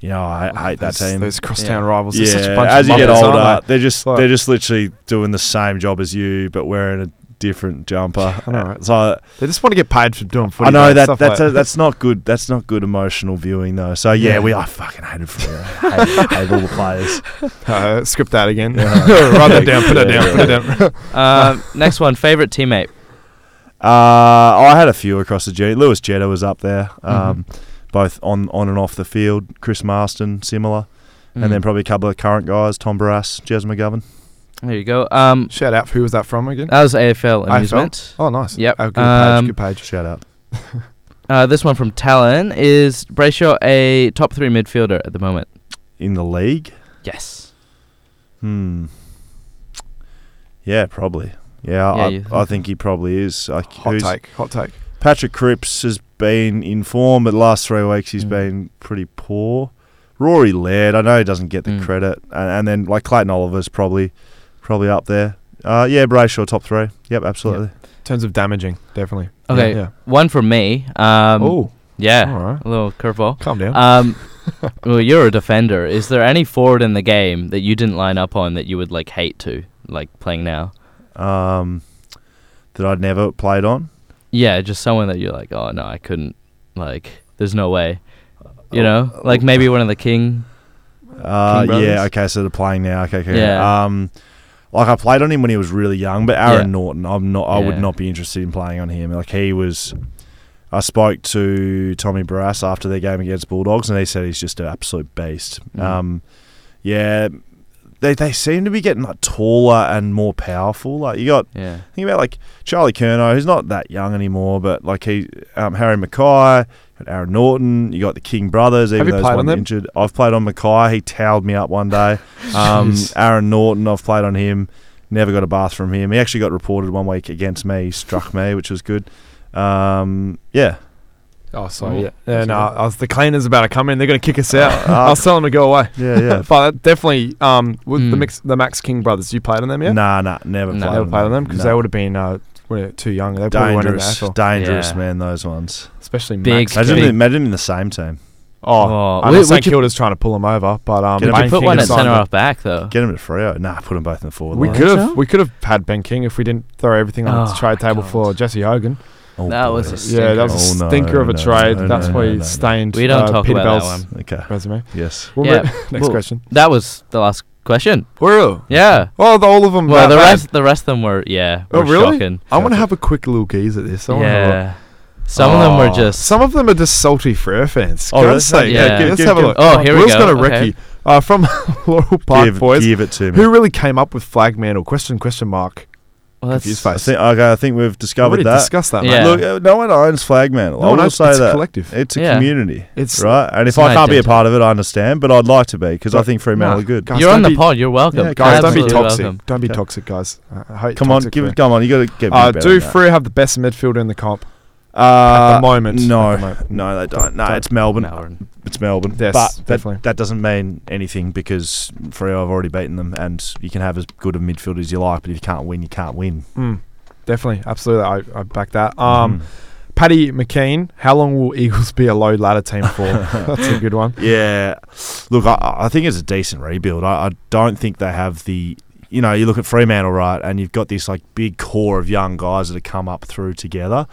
Speaker 5: you know, I hate that
Speaker 3: Those-
Speaker 5: team.
Speaker 3: Those crosstown rivals. They're
Speaker 5: yeah,
Speaker 3: such a bunch
Speaker 5: as
Speaker 3: of
Speaker 5: you get
Speaker 3: muppets,
Speaker 5: older,
Speaker 3: aren't they?
Speaker 5: they're just
Speaker 3: Like-
Speaker 5: they're just literally doing the same job as you, but wearing a different
Speaker 3: [LAUGHS]
Speaker 5: jumper.
Speaker 3: I know, right?
Speaker 5: So
Speaker 3: They just want to get paid for doing footy.
Speaker 5: I know
Speaker 3: mate,
Speaker 5: that
Speaker 3: stuff
Speaker 5: that's
Speaker 3: like
Speaker 5: a, that's not good. That's not good emotional viewing though. So yeah,
Speaker 3: Yeah.
Speaker 5: we I fucking hated Freo. I hate, hate all the players.
Speaker 3: [LAUGHS] Uh, script that again. [LAUGHS] Write that down. Put it down. Put it down. [LAUGHS]
Speaker 4: Um, next one. Favorite teammate.
Speaker 5: Uh, I had a few across the journey. Lewis Jetta was up there, um, both on on and off the field. Chris Marston similar, and
Speaker 4: Mm.
Speaker 5: then probably a couple of current guys: Tom Barras, Jez McGovern.
Speaker 4: There you go. Um,
Speaker 3: Shout out. Who was that from again?
Speaker 5: Uh,
Speaker 4: that was AFL
Speaker 3: AFL?
Speaker 4: amusement.
Speaker 3: Oh, nice.
Speaker 4: Yep.
Speaker 3: Oh, good
Speaker 4: Um,
Speaker 3: page. Good page.
Speaker 5: Shout out.
Speaker 4: Uh, this one from Talon is Brayshaw a top three midfielder at the moment.
Speaker 5: In the league,
Speaker 4: Yes.
Speaker 5: hmm, yeah, probably. Yeah,
Speaker 4: Yeah,
Speaker 5: I,
Speaker 4: you-
Speaker 5: I think he probably is. Like,
Speaker 3: Hot
Speaker 5: who's-
Speaker 3: take. Hot take.
Speaker 5: Patrick Cripps has been in form, but the last three weeks he's been pretty poor. Rory Laird, I know he doesn't get the
Speaker 4: Mm.
Speaker 5: credit, and, and then like Clayton Oliver's probably probably up there. Uh, yeah, Brayshaw top three. Yep, absolutely.
Speaker 3: In terms of damaging, definitely.
Speaker 4: Okay.
Speaker 3: Yeah.
Speaker 4: One from me. Um,
Speaker 3: oh,
Speaker 4: yeah.
Speaker 3: all right.
Speaker 4: A little curveball.
Speaker 3: Calm down. [LAUGHS]
Speaker 4: Um, well, you're a defender. Is there any forward in the game that you didn't line up on that you would like hate to like playing now?
Speaker 5: Um, that I'd never played on.
Speaker 4: Yeah, just someone that you're like, oh no, I couldn't. Like, there's no way. You know, like maybe one of the king.
Speaker 5: Uh,
Speaker 4: King
Speaker 5: yeah,
Speaker 4: Brothers?
Speaker 5: okay, so they're playing now. Okay, okay.
Speaker 4: Yeah.
Speaker 5: Um, like I played on him when he was really young, but Aaron
Speaker 4: Yeah.
Speaker 5: Norton, I'm not. I
Speaker 4: Yeah.
Speaker 5: would not be interested in playing on him. Like he was. I spoke to Tommy Brass after their game against Bulldogs, and he said he's just an absolute beast.
Speaker 4: Mm-hmm.
Speaker 5: Um, yeah, they they seem to be getting like taller and more powerful. Like you got
Speaker 4: Yeah.
Speaker 5: think about like Charlie Kerno, who's not that young anymore, but like he, um, Harry Mackay, got Aaron Norton, you got the King brothers, even
Speaker 3: you
Speaker 5: though
Speaker 3: played on
Speaker 5: one's
Speaker 3: them?
Speaker 5: injured. I've played on Mackay, he towed me up one
Speaker 3: [LAUGHS]
Speaker 5: day. Um,
Speaker 3: Jeez.
Speaker 5: Aaron Norton, I've played on him, never got a bath from him. He actually got reported one week against me, he struck me, which was good. Um, yeah,
Speaker 3: oh, sorry. Yeah. yeah no, I was, the cleaners about to come in. They're going to
Speaker 5: [LAUGHS]
Speaker 3: kick us out. I
Speaker 5: uh,
Speaker 3: was telling them to go away.
Speaker 5: yeah, [LAUGHS] yeah.
Speaker 3: [LAUGHS] but that definitely, um, with the
Speaker 4: Mm.
Speaker 3: mix, the Max King brothers, you played on them, yeah?
Speaker 5: Nah, nah, never
Speaker 4: No.
Speaker 5: played.
Speaker 3: Never played on them because
Speaker 5: No.
Speaker 3: they would have been uh, were too young. They probably weren't in the
Speaker 5: dangerous,
Speaker 3: AFL,
Speaker 5: dangerous
Speaker 4: Yeah.
Speaker 5: man. Those ones.
Speaker 3: especially
Speaker 4: Big
Speaker 3: Max.
Speaker 5: Imagine,
Speaker 4: Big-
Speaker 5: imagine in the same team.
Speaker 3: Oh,
Speaker 4: Oh,
Speaker 3: I know
Speaker 4: would-
Speaker 3: St
Speaker 4: would you-
Speaker 3: Kilda's trying to pull them over, but um,
Speaker 5: Get him-
Speaker 4: We
Speaker 5: Banking
Speaker 4: put one at
Speaker 5: aside,
Speaker 4: centre off back though.
Speaker 5: Get them to Freo. Nah, put them both in the forward
Speaker 3: We
Speaker 5: line.
Speaker 3: could have
Speaker 4: so?
Speaker 3: we could have had Ben King if we didn't throw everything on the
Speaker 4: Oh,
Speaker 3: trade table
Speaker 4: God.
Speaker 3: for Jesse Hogan.
Speaker 5: Oh,
Speaker 4: That was
Speaker 5: boys.
Speaker 4: a
Speaker 3: Yeah, that was
Speaker 4: stinker.
Speaker 5: Oh,
Speaker 3: a
Speaker 5: no,
Speaker 3: stinker of a
Speaker 5: no,
Speaker 3: trade.
Speaker 5: no,
Speaker 3: That's
Speaker 5: no,
Speaker 3: why
Speaker 5: no,
Speaker 3: he
Speaker 5: no, no.
Speaker 3: stained.
Speaker 4: We don't
Speaker 3: uh,
Speaker 4: talk
Speaker 3: Peter
Speaker 4: about that
Speaker 3: Bell's
Speaker 5: Okay.
Speaker 3: resume.
Speaker 5: Yes.
Speaker 3: We'll
Speaker 4: Yeah.
Speaker 3: move- [LAUGHS] Next
Speaker 4: Well-
Speaker 3: question.
Speaker 4: That was the last question.
Speaker 3: Well,
Speaker 4: Yeah.
Speaker 3: oh, the, all of them.
Speaker 4: Well,
Speaker 3: that
Speaker 4: the
Speaker 3: bad.
Speaker 4: rest, the rest of them were, yeah.
Speaker 3: Oh,
Speaker 4: were
Speaker 3: really?
Speaker 4: Shocking.
Speaker 3: I want to have a quick little gaze at this. I wanna have a look.
Speaker 4: Yeah. Some of them were
Speaker 3: Oh,
Speaker 4: just.
Speaker 3: some of them are just salty Freo fans.
Speaker 5: Oh,
Speaker 3: Gotta
Speaker 5: that's
Speaker 3: say,
Speaker 4: not-
Speaker 3: yeah,
Speaker 4: yeah.
Speaker 3: let's
Speaker 5: Give-
Speaker 3: have a
Speaker 5: give-
Speaker 3: look.
Speaker 4: Oh, here we
Speaker 3: Will's
Speaker 4: go.
Speaker 3: got a
Speaker 4: Okay.
Speaker 3: recce. Uh, from [LAUGHS] Laurel Park
Speaker 5: give,
Speaker 3: Boys.
Speaker 5: give it to me.
Speaker 3: Who really came up with flag mantle? Question, question mark.
Speaker 4: Well,
Speaker 3: Confused
Speaker 5: I
Speaker 3: face.
Speaker 5: think, okay, I think we've
Speaker 3: We
Speaker 5: discovered
Speaker 3: already
Speaker 5: that.
Speaker 3: discussed that,
Speaker 4: Yeah.
Speaker 3: mate.
Speaker 5: Look, uh, no one owns flag mantle.
Speaker 3: No
Speaker 5: I
Speaker 3: one
Speaker 5: will
Speaker 3: owns-
Speaker 5: say
Speaker 3: it's a
Speaker 5: that.
Speaker 3: collective.
Speaker 5: It's a
Speaker 4: Yeah.
Speaker 5: community.
Speaker 3: It's-
Speaker 5: right. And if
Speaker 4: an
Speaker 5: I can't be a
Speaker 4: identity.
Speaker 5: part of it, I understand, but I'd like to be because I think Fremantle
Speaker 3: Nah,
Speaker 5: are good.
Speaker 3: guys,
Speaker 4: You're on
Speaker 3: don't
Speaker 4: the
Speaker 3: be-
Speaker 4: pod. You're welcome.
Speaker 5: Yeah,
Speaker 3: Guys, don't be
Speaker 4: Absolutely
Speaker 3: toxic.
Speaker 4: welcome.
Speaker 3: Don't be
Speaker 5: Okay.
Speaker 3: toxic, guys. I- I hate
Speaker 5: Come on,
Speaker 3: toxic,
Speaker 5: give
Speaker 3: man.
Speaker 5: it. Come on, you got to get. me
Speaker 3: Uh,
Speaker 5: better
Speaker 3: do
Speaker 5: than that.
Speaker 3: Freo have the best midfielder in the comp?
Speaker 5: Uh,
Speaker 3: At the moment.
Speaker 5: No,
Speaker 3: At the moment.
Speaker 5: no, they don't. No,
Speaker 3: Don't-
Speaker 5: it's Melbourne.
Speaker 4: Melbourne.
Speaker 5: It's Melbourne.
Speaker 3: Yes,
Speaker 5: but that,
Speaker 3: definitely.
Speaker 5: that doesn't mean anything because Freo have already beaten them, and you can have as good a midfield as you like, but if you can't win, you can't win.
Speaker 3: Mm, definitely, absolutely. I, I back that. Um,
Speaker 5: Mm-hmm. Mm.
Speaker 3: Paddy McKean, how long will Eagles be a low ladder
Speaker 5: [LAUGHS]
Speaker 3: team for? That's a good one.
Speaker 5: Yeah, look, I, I think it's a decent rebuild. I, I don't think they have the, you know, you look at Fremantle right, and you've got this like big core of young guys that have come up through together.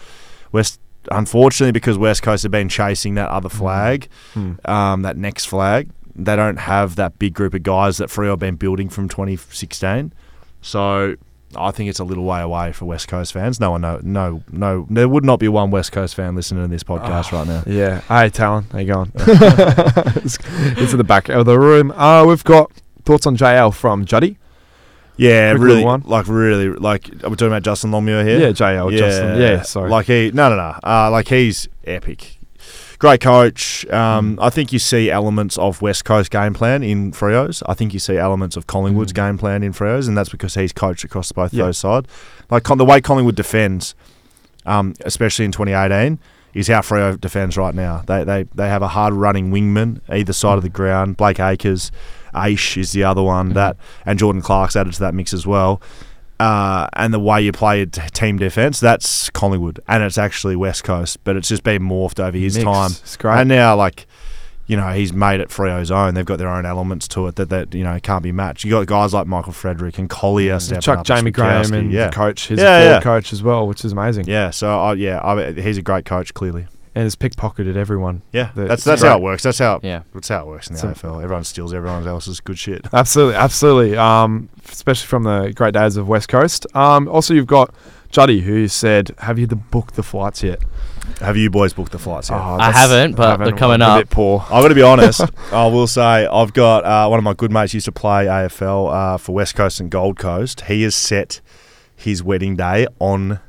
Speaker 5: West, unfortunately, because West Coast have been chasing that other flag,
Speaker 3: Mm.
Speaker 5: um, that next flag, they don't have that big group of guys that Freo have been building from 2016. So. I think it's a little way away for West Coast fans. No one, no, no, no. There would not be one West Coast fan listening to this podcast right now.
Speaker 3: Yeah. Hey, Talon, how you
Speaker 5: [LAUGHS]
Speaker 3: going? it's, it's in the back of the room. Uh, we've got thoughts on JL from Juddy.
Speaker 5: Yeah,
Speaker 3: Quick little
Speaker 5: really,
Speaker 3: one.
Speaker 5: like really, like are we talking about Justin Longmuir here?
Speaker 3: Yeah, JL. Justin. Yeah, sorry.
Speaker 5: Like he, no, no, no. Uh, like he's epic. Great coach.
Speaker 3: Mm.
Speaker 5: Um, I think you see elements of West Coast game plan in Freo's. I think you see elements of Collingwood's game plan in Freo's, and that's because he's coached across both
Speaker 3: Mm. Yeah.
Speaker 5: those sides. Like Con- the way Collingwood defends, um, especially in 2018, is how Freo defends right now. They they, they have a hard running wingman either side of the ground. Blake Acres, Aish is the other
Speaker 3: Mm-hmm.
Speaker 5: one that, and Jordan Clark's added to that mix as well. Uh, and the way you play a t- team defense, that's Collingwood, and it's actually West Coast, but it's just been morphed over his
Speaker 3: Mixed.
Speaker 5: time.
Speaker 3: It's great.
Speaker 5: And now, like, you know, he's made it Freo's own. They've got their own elements to it that that you know can't be matched. You got guys like Michael Frederick and Collier, stepping
Speaker 3: Mm. Chuck
Speaker 5: up,
Speaker 3: Jamie Graham
Speaker 5: Switkowski,
Speaker 3: and
Speaker 5: yeah.
Speaker 3: the coach. He's
Speaker 5: Yeah,
Speaker 3: a forward
Speaker 5: yeah.
Speaker 3: coach as well, which is amazing.
Speaker 5: Yeah, so I yeah, I, he's a great coach, clearly.
Speaker 3: And has pickpocketed everyone.
Speaker 5: Yeah,
Speaker 3: The-
Speaker 5: that's
Speaker 3: it's
Speaker 5: that's
Speaker 3: great.
Speaker 5: how it works. That's how
Speaker 4: Yeah.
Speaker 5: that's how it works in the
Speaker 3: So-
Speaker 5: AFL. Everyone steals everyone else's good shit. [LAUGHS]
Speaker 3: Absolutely, absolutely. Um, especially from the great days of West Coast. Um, also, you've got Juddy who said, "Have you the booked the flights yet?"
Speaker 5: Have you boys booked the flights? Yet?
Speaker 3: Oh,
Speaker 4: I
Speaker 3: that's-
Speaker 4: haven't, but they're coming
Speaker 3: I'm A
Speaker 4: up.
Speaker 3: bit poor.
Speaker 5: I'm going to be [LAUGHS] honest. I will say I've got uh, one of my good mates used to play AFL uh, for West Coast and Gold Coast. He has set his wedding day on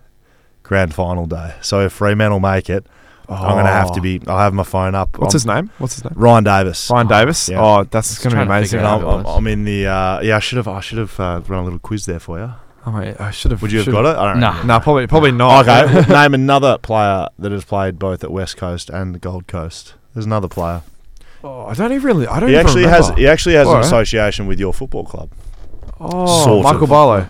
Speaker 5: grand final day. So if Fremantle make it, I'm going to have to be. I'll have my phone up.
Speaker 3: What's
Speaker 5: I'm-
Speaker 3: his name? What's his name?
Speaker 5: Ryan Davis.
Speaker 3: Ryan Davis.
Speaker 5: yeah.
Speaker 3: Oh, that's going to be
Speaker 4: trying to
Speaker 3: amazing.
Speaker 4: figure it
Speaker 5: And I'm,
Speaker 4: out.
Speaker 5: I'm, I'm in the uh, yeah. I should have. I should have uh, run a little quiz there for you.
Speaker 3: Oh, mate, I should have.
Speaker 5: Would you have got it? I don't know.
Speaker 4: Nah.
Speaker 3: No, probably, probably not.
Speaker 5: Oh, Okay. well, name another player that has played both at West Coast and the Gold Coast. There's another player.
Speaker 3: [LAUGHS] Oh, I don't even really. I don't
Speaker 5: He
Speaker 3: even
Speaker 5: actually
Speaker 3: remember.
Speaker 5: has. He actually has
Speaker 3: All
Speaker 5: an
Speaker 3: right.
Speaker 5: association with your football club.
Speaker 3: Oh,
Speaker 5: sort
Speaker 3: Michael
Speaker 5: of.
Speaker 3: Barlow.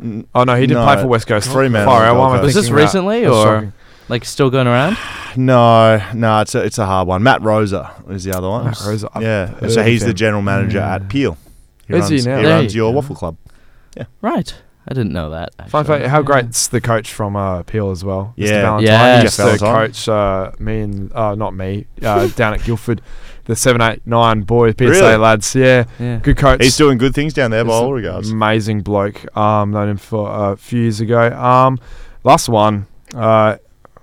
Speaker 5: N-
Speaker 3: Oh no, he didn't
Speaker 5: no,
Speaker 3: play for West Coast.
Speaker 5: Fremantle
Speaker 3: Far out,
Speaker 5: and
Speaker 3: why am I
Speaker 5: Gold
Speaker 4: Was
Speaker 5: Coast.
Speaker 4: this
Speaker 3: thinking that?
Speaker 4: recently
Speaker 3: That's
Speaker 4: or-
Speaker 3: shocking.
Speaker 4: Like still
Speaker 3: [SIGHS]
Speaker 4: going around?
Speaker 5: No, no, it's a, it's a hard one. Matt Rosa is the other one.
Speaker 3: Matt Rosa, I've
Speaker 5: Yeah.
Speaker 3: heard
Speaker 5: So
Speaker 3: of
Speaker 5: he's the
Speaker 3: him.
Speaker 5: general manager at Peel. He
Speaker 3: Is he
Speaker 5: runs,
Speaker 3: now?
Speaker 5: He
Speaker 4: There
Speaker 5: runs
Speaker 4: you
Speaker 5: your
Speaker 4: go.
Speaker 5: waffle club.
Speaker 4: Right. I didn't know that. Actually.
Speaker 3: Fun fact: How
Speaker 4: Yeah.
Speaker 3: great's the coach from uh, Peel as well?
Speaker 5: Yeah.
Speaker 3: Mr. Valentine.
Speaker 4: Yes.
Speaker 3: He's
Speaker 5: Yes.
Speaker 3: the coach. Uh, me and uh, not me uh, down at Guildford, the seven eight nine boy PSA
Speaker 5: Really?
Speaker 3: lads. Yeah,
Speaker 4: Yeah.
Speaker 3: good coach.
Speaker 5: He's doing good things down there by
Speaker 3: He's
Speaker 5: all
Speaker 3: an
Speaker 5: regards.
Speaker 3: Amazing bloke. Um, known him for a few years ago. Um, last one. Uh,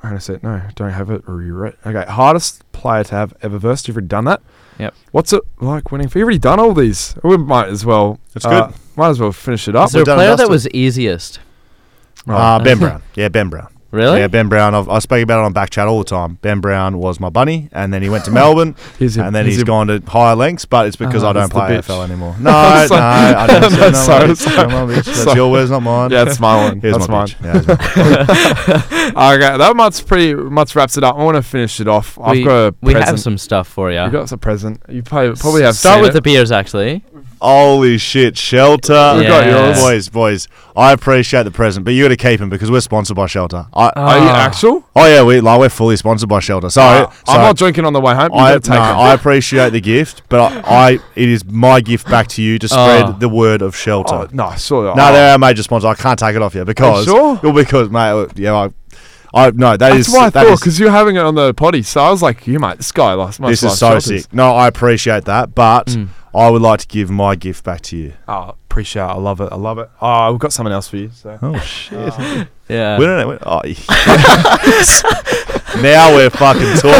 Speaker 3: I'm gonna say no. I Don't have it. Rewrite. Okay, hardest player to have ever versed. You've already done that.
Speaker 4: Yep.
Speaker 3: What's it like winning? For, you've already done all these. We might as well.
Speaker 5: That's
Speaker 3: uh,
Speaker 5: good.
Speaker 3: Might as well finish it up. oh,
Speaker 4: Is there a
Speaker 5: done and
Speaker 4: player that
Speaker 5: dusted.
Speaker 4: was easiest?
Speaker 5: Uh, ben
Speaker 3: [LAUGHS]
Speaker 5: Brown. Yeah, Ben Brown.
Speaker 4: Really?
Speaker 5: Yeah, Ben Brown. I've, I speak about it on back chat all the time. Ben Brown was my bunny, and then he
Speaker 3: [LAUGHS]
Speaker 5: went to Melbourne,
Speaker 3: He's a-
Speaker 5: uh, and then
Speaker 3: he's
Speaker 5: he's
Speaker 3: a-
Speaker 5: gone to higher lengths. But it's because
Speaker 3: Oh,
Speaker 5: I don't
Speaker 3: that's the
Speaker 5: play
Speaker 3: bitch.
Speaker 5: AFL
Speaker 3: [LAUGHS]
Speaker 5: anymore. No, no,
Speaker 3: I'm sorry. [LAUGHS]
Speaker 5: I didn't say
Speaker 3: I'm
Speaker 5: no,
Speaker 3: sorry,
Speaker 5: mate.
Speaker 3: sorry.
Speaker 5: No, bitch. That's
Speaker 3: Sorry.
Speaker 5: your words, not mine.
Speaker 3: [LAUGHS] Yeah, that's my one.
Speaker 5: Here's
Speaker 3: That's
Speaker 5: my
Speaker 3: mine.
Speaker 5: bitch. Yeah, here's
Speaker 3: [LAUGHS]
Speaker 5: my-
Speaker 3: Okay, that much pretty much wraps it up. I want to finish it off.
Speaker 4: we,
Speaker 3: I've got a
Speaker 4: we
Speaker 3: present.
Speaker 4: have some stuff for you.
Speaker 3: You got a present. You probably probably have.
Speaker 4: Start
Speaker 3: seen
Speaker 4: with
Speaker 3: it.
Speaker 4: the beers, actually.
Speaker 5: Holy shit, Shelter.
Speaker 4: We got Yeah. yours.
Speaker 5: Boys, boys, I appreciate the present, but you got to keep him because we're sponsored by Shelter. I,
Speaker 3: Are you
Speaker 4: Ah.
Speaker 3: actual?
Speaker 5: oh, yeah, we, like, we're fully sponsored by Shelter. So,
Speaker 3: Uh,
Speaker 5: so
Speaker 3: I'm not drinking on the way home. You
Speaker 5: I,
Speaker 3: gotta take
Speaker 5: no,
Speaker 3: it.
Speaker 5: I appreciate the gift, but I, I it is my gift back to you to spread
Speaker 4: Oh.
Speaker 5: the word of Shelter.
Speaker 3: Oh, no, sure.
Speaker 5: No,
Speaker 3: Oh,
Speaker 5: they're our major sponsor. I can't take it off you because
Speaker 3: sure?
Speaker 5: well, because mate, uh, yeah, I, I no, that
Speaker 3: That's
Speaker 5: is-
Speaker 3: what I
Speaker 5: that
Speaker 3: thought
Speaker 5: is-
Speaker 3: because you're having it on the potty. So I was like, you mate, this guy lost. must
Speaker 5: this is
Speaker 3: lost
Speaker 5: so
Speaker 3: shoulders.
Speaker 5: sick. No, I appreciate that, but
Speaker 3: Hmm.
Speaker 5: I would like to give my gift back to you.
Speaker 3: Oh, appreciate. It. I love it. I love it. Oh, we've
Speaker 5: [LAUGHS]
Speaker 3: got Oh, someone else for you. So
Speaker 5: Oh shit!
Speaker 4: Yeah.
Speaker 5: we don't know. Oh, [LAUGHS] now we're fucking talking.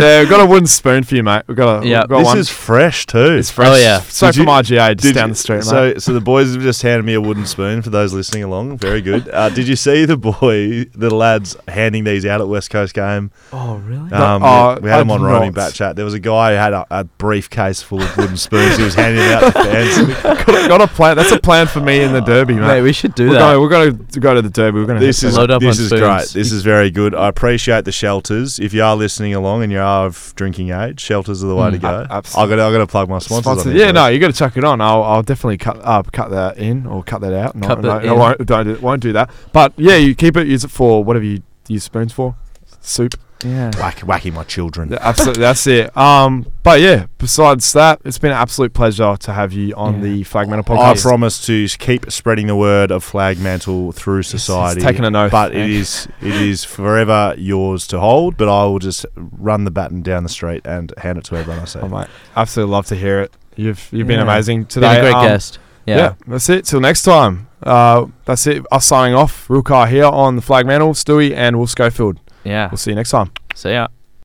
Speaker 3: yeah, we've got a wooden spoon for you, mate. We've got a
Speaker 4: Yeah.
Speaker 3: we've [LAUGHS] got
Speaker 5: this
Speaker 3: one.
Speaker 5: is fresh too.
Speaker 3: it's fresh.
Speaker 4: Oh, yeah.
Speaker 3: So
Speaker 5: Did you-
Speaker 3: from IGA, just
Speaker 5: Did
Speaker 3: down
Speaker 5: you-
Speaker 3: the street, mate.
Speaker 5: [LAUGHS] So, so the boys have just handed me a wooden spoon for those listening along. Very good. Uh, did you see the boy, the lads handing these out at West Coast game?
Speaker 4: Oh, really?
Speaker 5: Um,
Speaker 3: uh,
Speaker 5: we had him
Speaker 3: I
Speaker 5: on
Speaker 3: did
Speaker 5: roaming
Speaker 3: not.
Speaker 5: bat chat. There was a guy who had a, a briefcase full of wooden spoons. he was handing them out to fans.
Speaker 3: got a plan. That's a plan for me
Speaker 5: [LAUGHS] Oh,
Speaker 3: in the derby, mate.
Speaker 4: Mate, we should do
Speaker 3: we're
Speaker 4: that.
Speaker 3: going. We're going to go to the derby. We're going to.
Speaker 5: This is
Speaker 4: Load up
Speaker 5: this
Speaker 4: on
Speaker 5: is
Speaker 4: spoons.
Speaker 5: great. This is very good. I appreciate the shelters. If you are listening along and you are of drinking age, shelters are the way to go.
Speaker 3: absolutely.
Speaker 5: I got I got to plug my sponsors. on
Speaker 3: sponsored.
Speaker 5: there,
Speaker 3: Yeah,
Speaker 5: please.
Speaker 3: no, you got to chuck it on. I'll, I'll definitely cut uh, cut that in or cut that out. No,
Speaker 4: Cut
Speaker 3: no,
Speaker 4: that
Speaker 3: no,
Speaker 4: in.
Speaker 3: won't, don't do, won't do that. But yeah, you keep it. Use it for whatever you use spoons for. Soup.
Speaker 4: yeah.
Speaker 5: Whack, whacking my children.
Speaker 3: Yeah, Absolutely, that's it. Um, but yeah, besides that, it's been an absolute pleasure to have you on
Speaker 4: Yeah.
Speaker 3: the Flag Manor
Speaker 5: I
Speaker 3: podcast.
Speaker 5: promise to s- keep spreading the word of flag mantle through society.
Speaker 3: taken an oath,
Speaker 5: but it
Speaker 3: eh?
Speaker 5: is it is forever yours to hold. But I will just run the baton down the street and hand it to everyone I see.
Speaker 3: oh, mate, absolutely love to hear it. You've you've been
Speaker 4: Yeah.
Speaker 3: amazing
Speaker 4: Been
Speaker 3: today.
Speaker 4: a great
Speaker 3: Um,
Speaker 4: guest.
Speaker 3: Yeah. that's it. Till next time. Uh, that's it. Us signing off. Rukar here on the Flag Mantle, Stewie and Will Schofield.
Speaker 4: Yeah.
Speaker 3: We'll see you next time.
Speaker 4: See ya.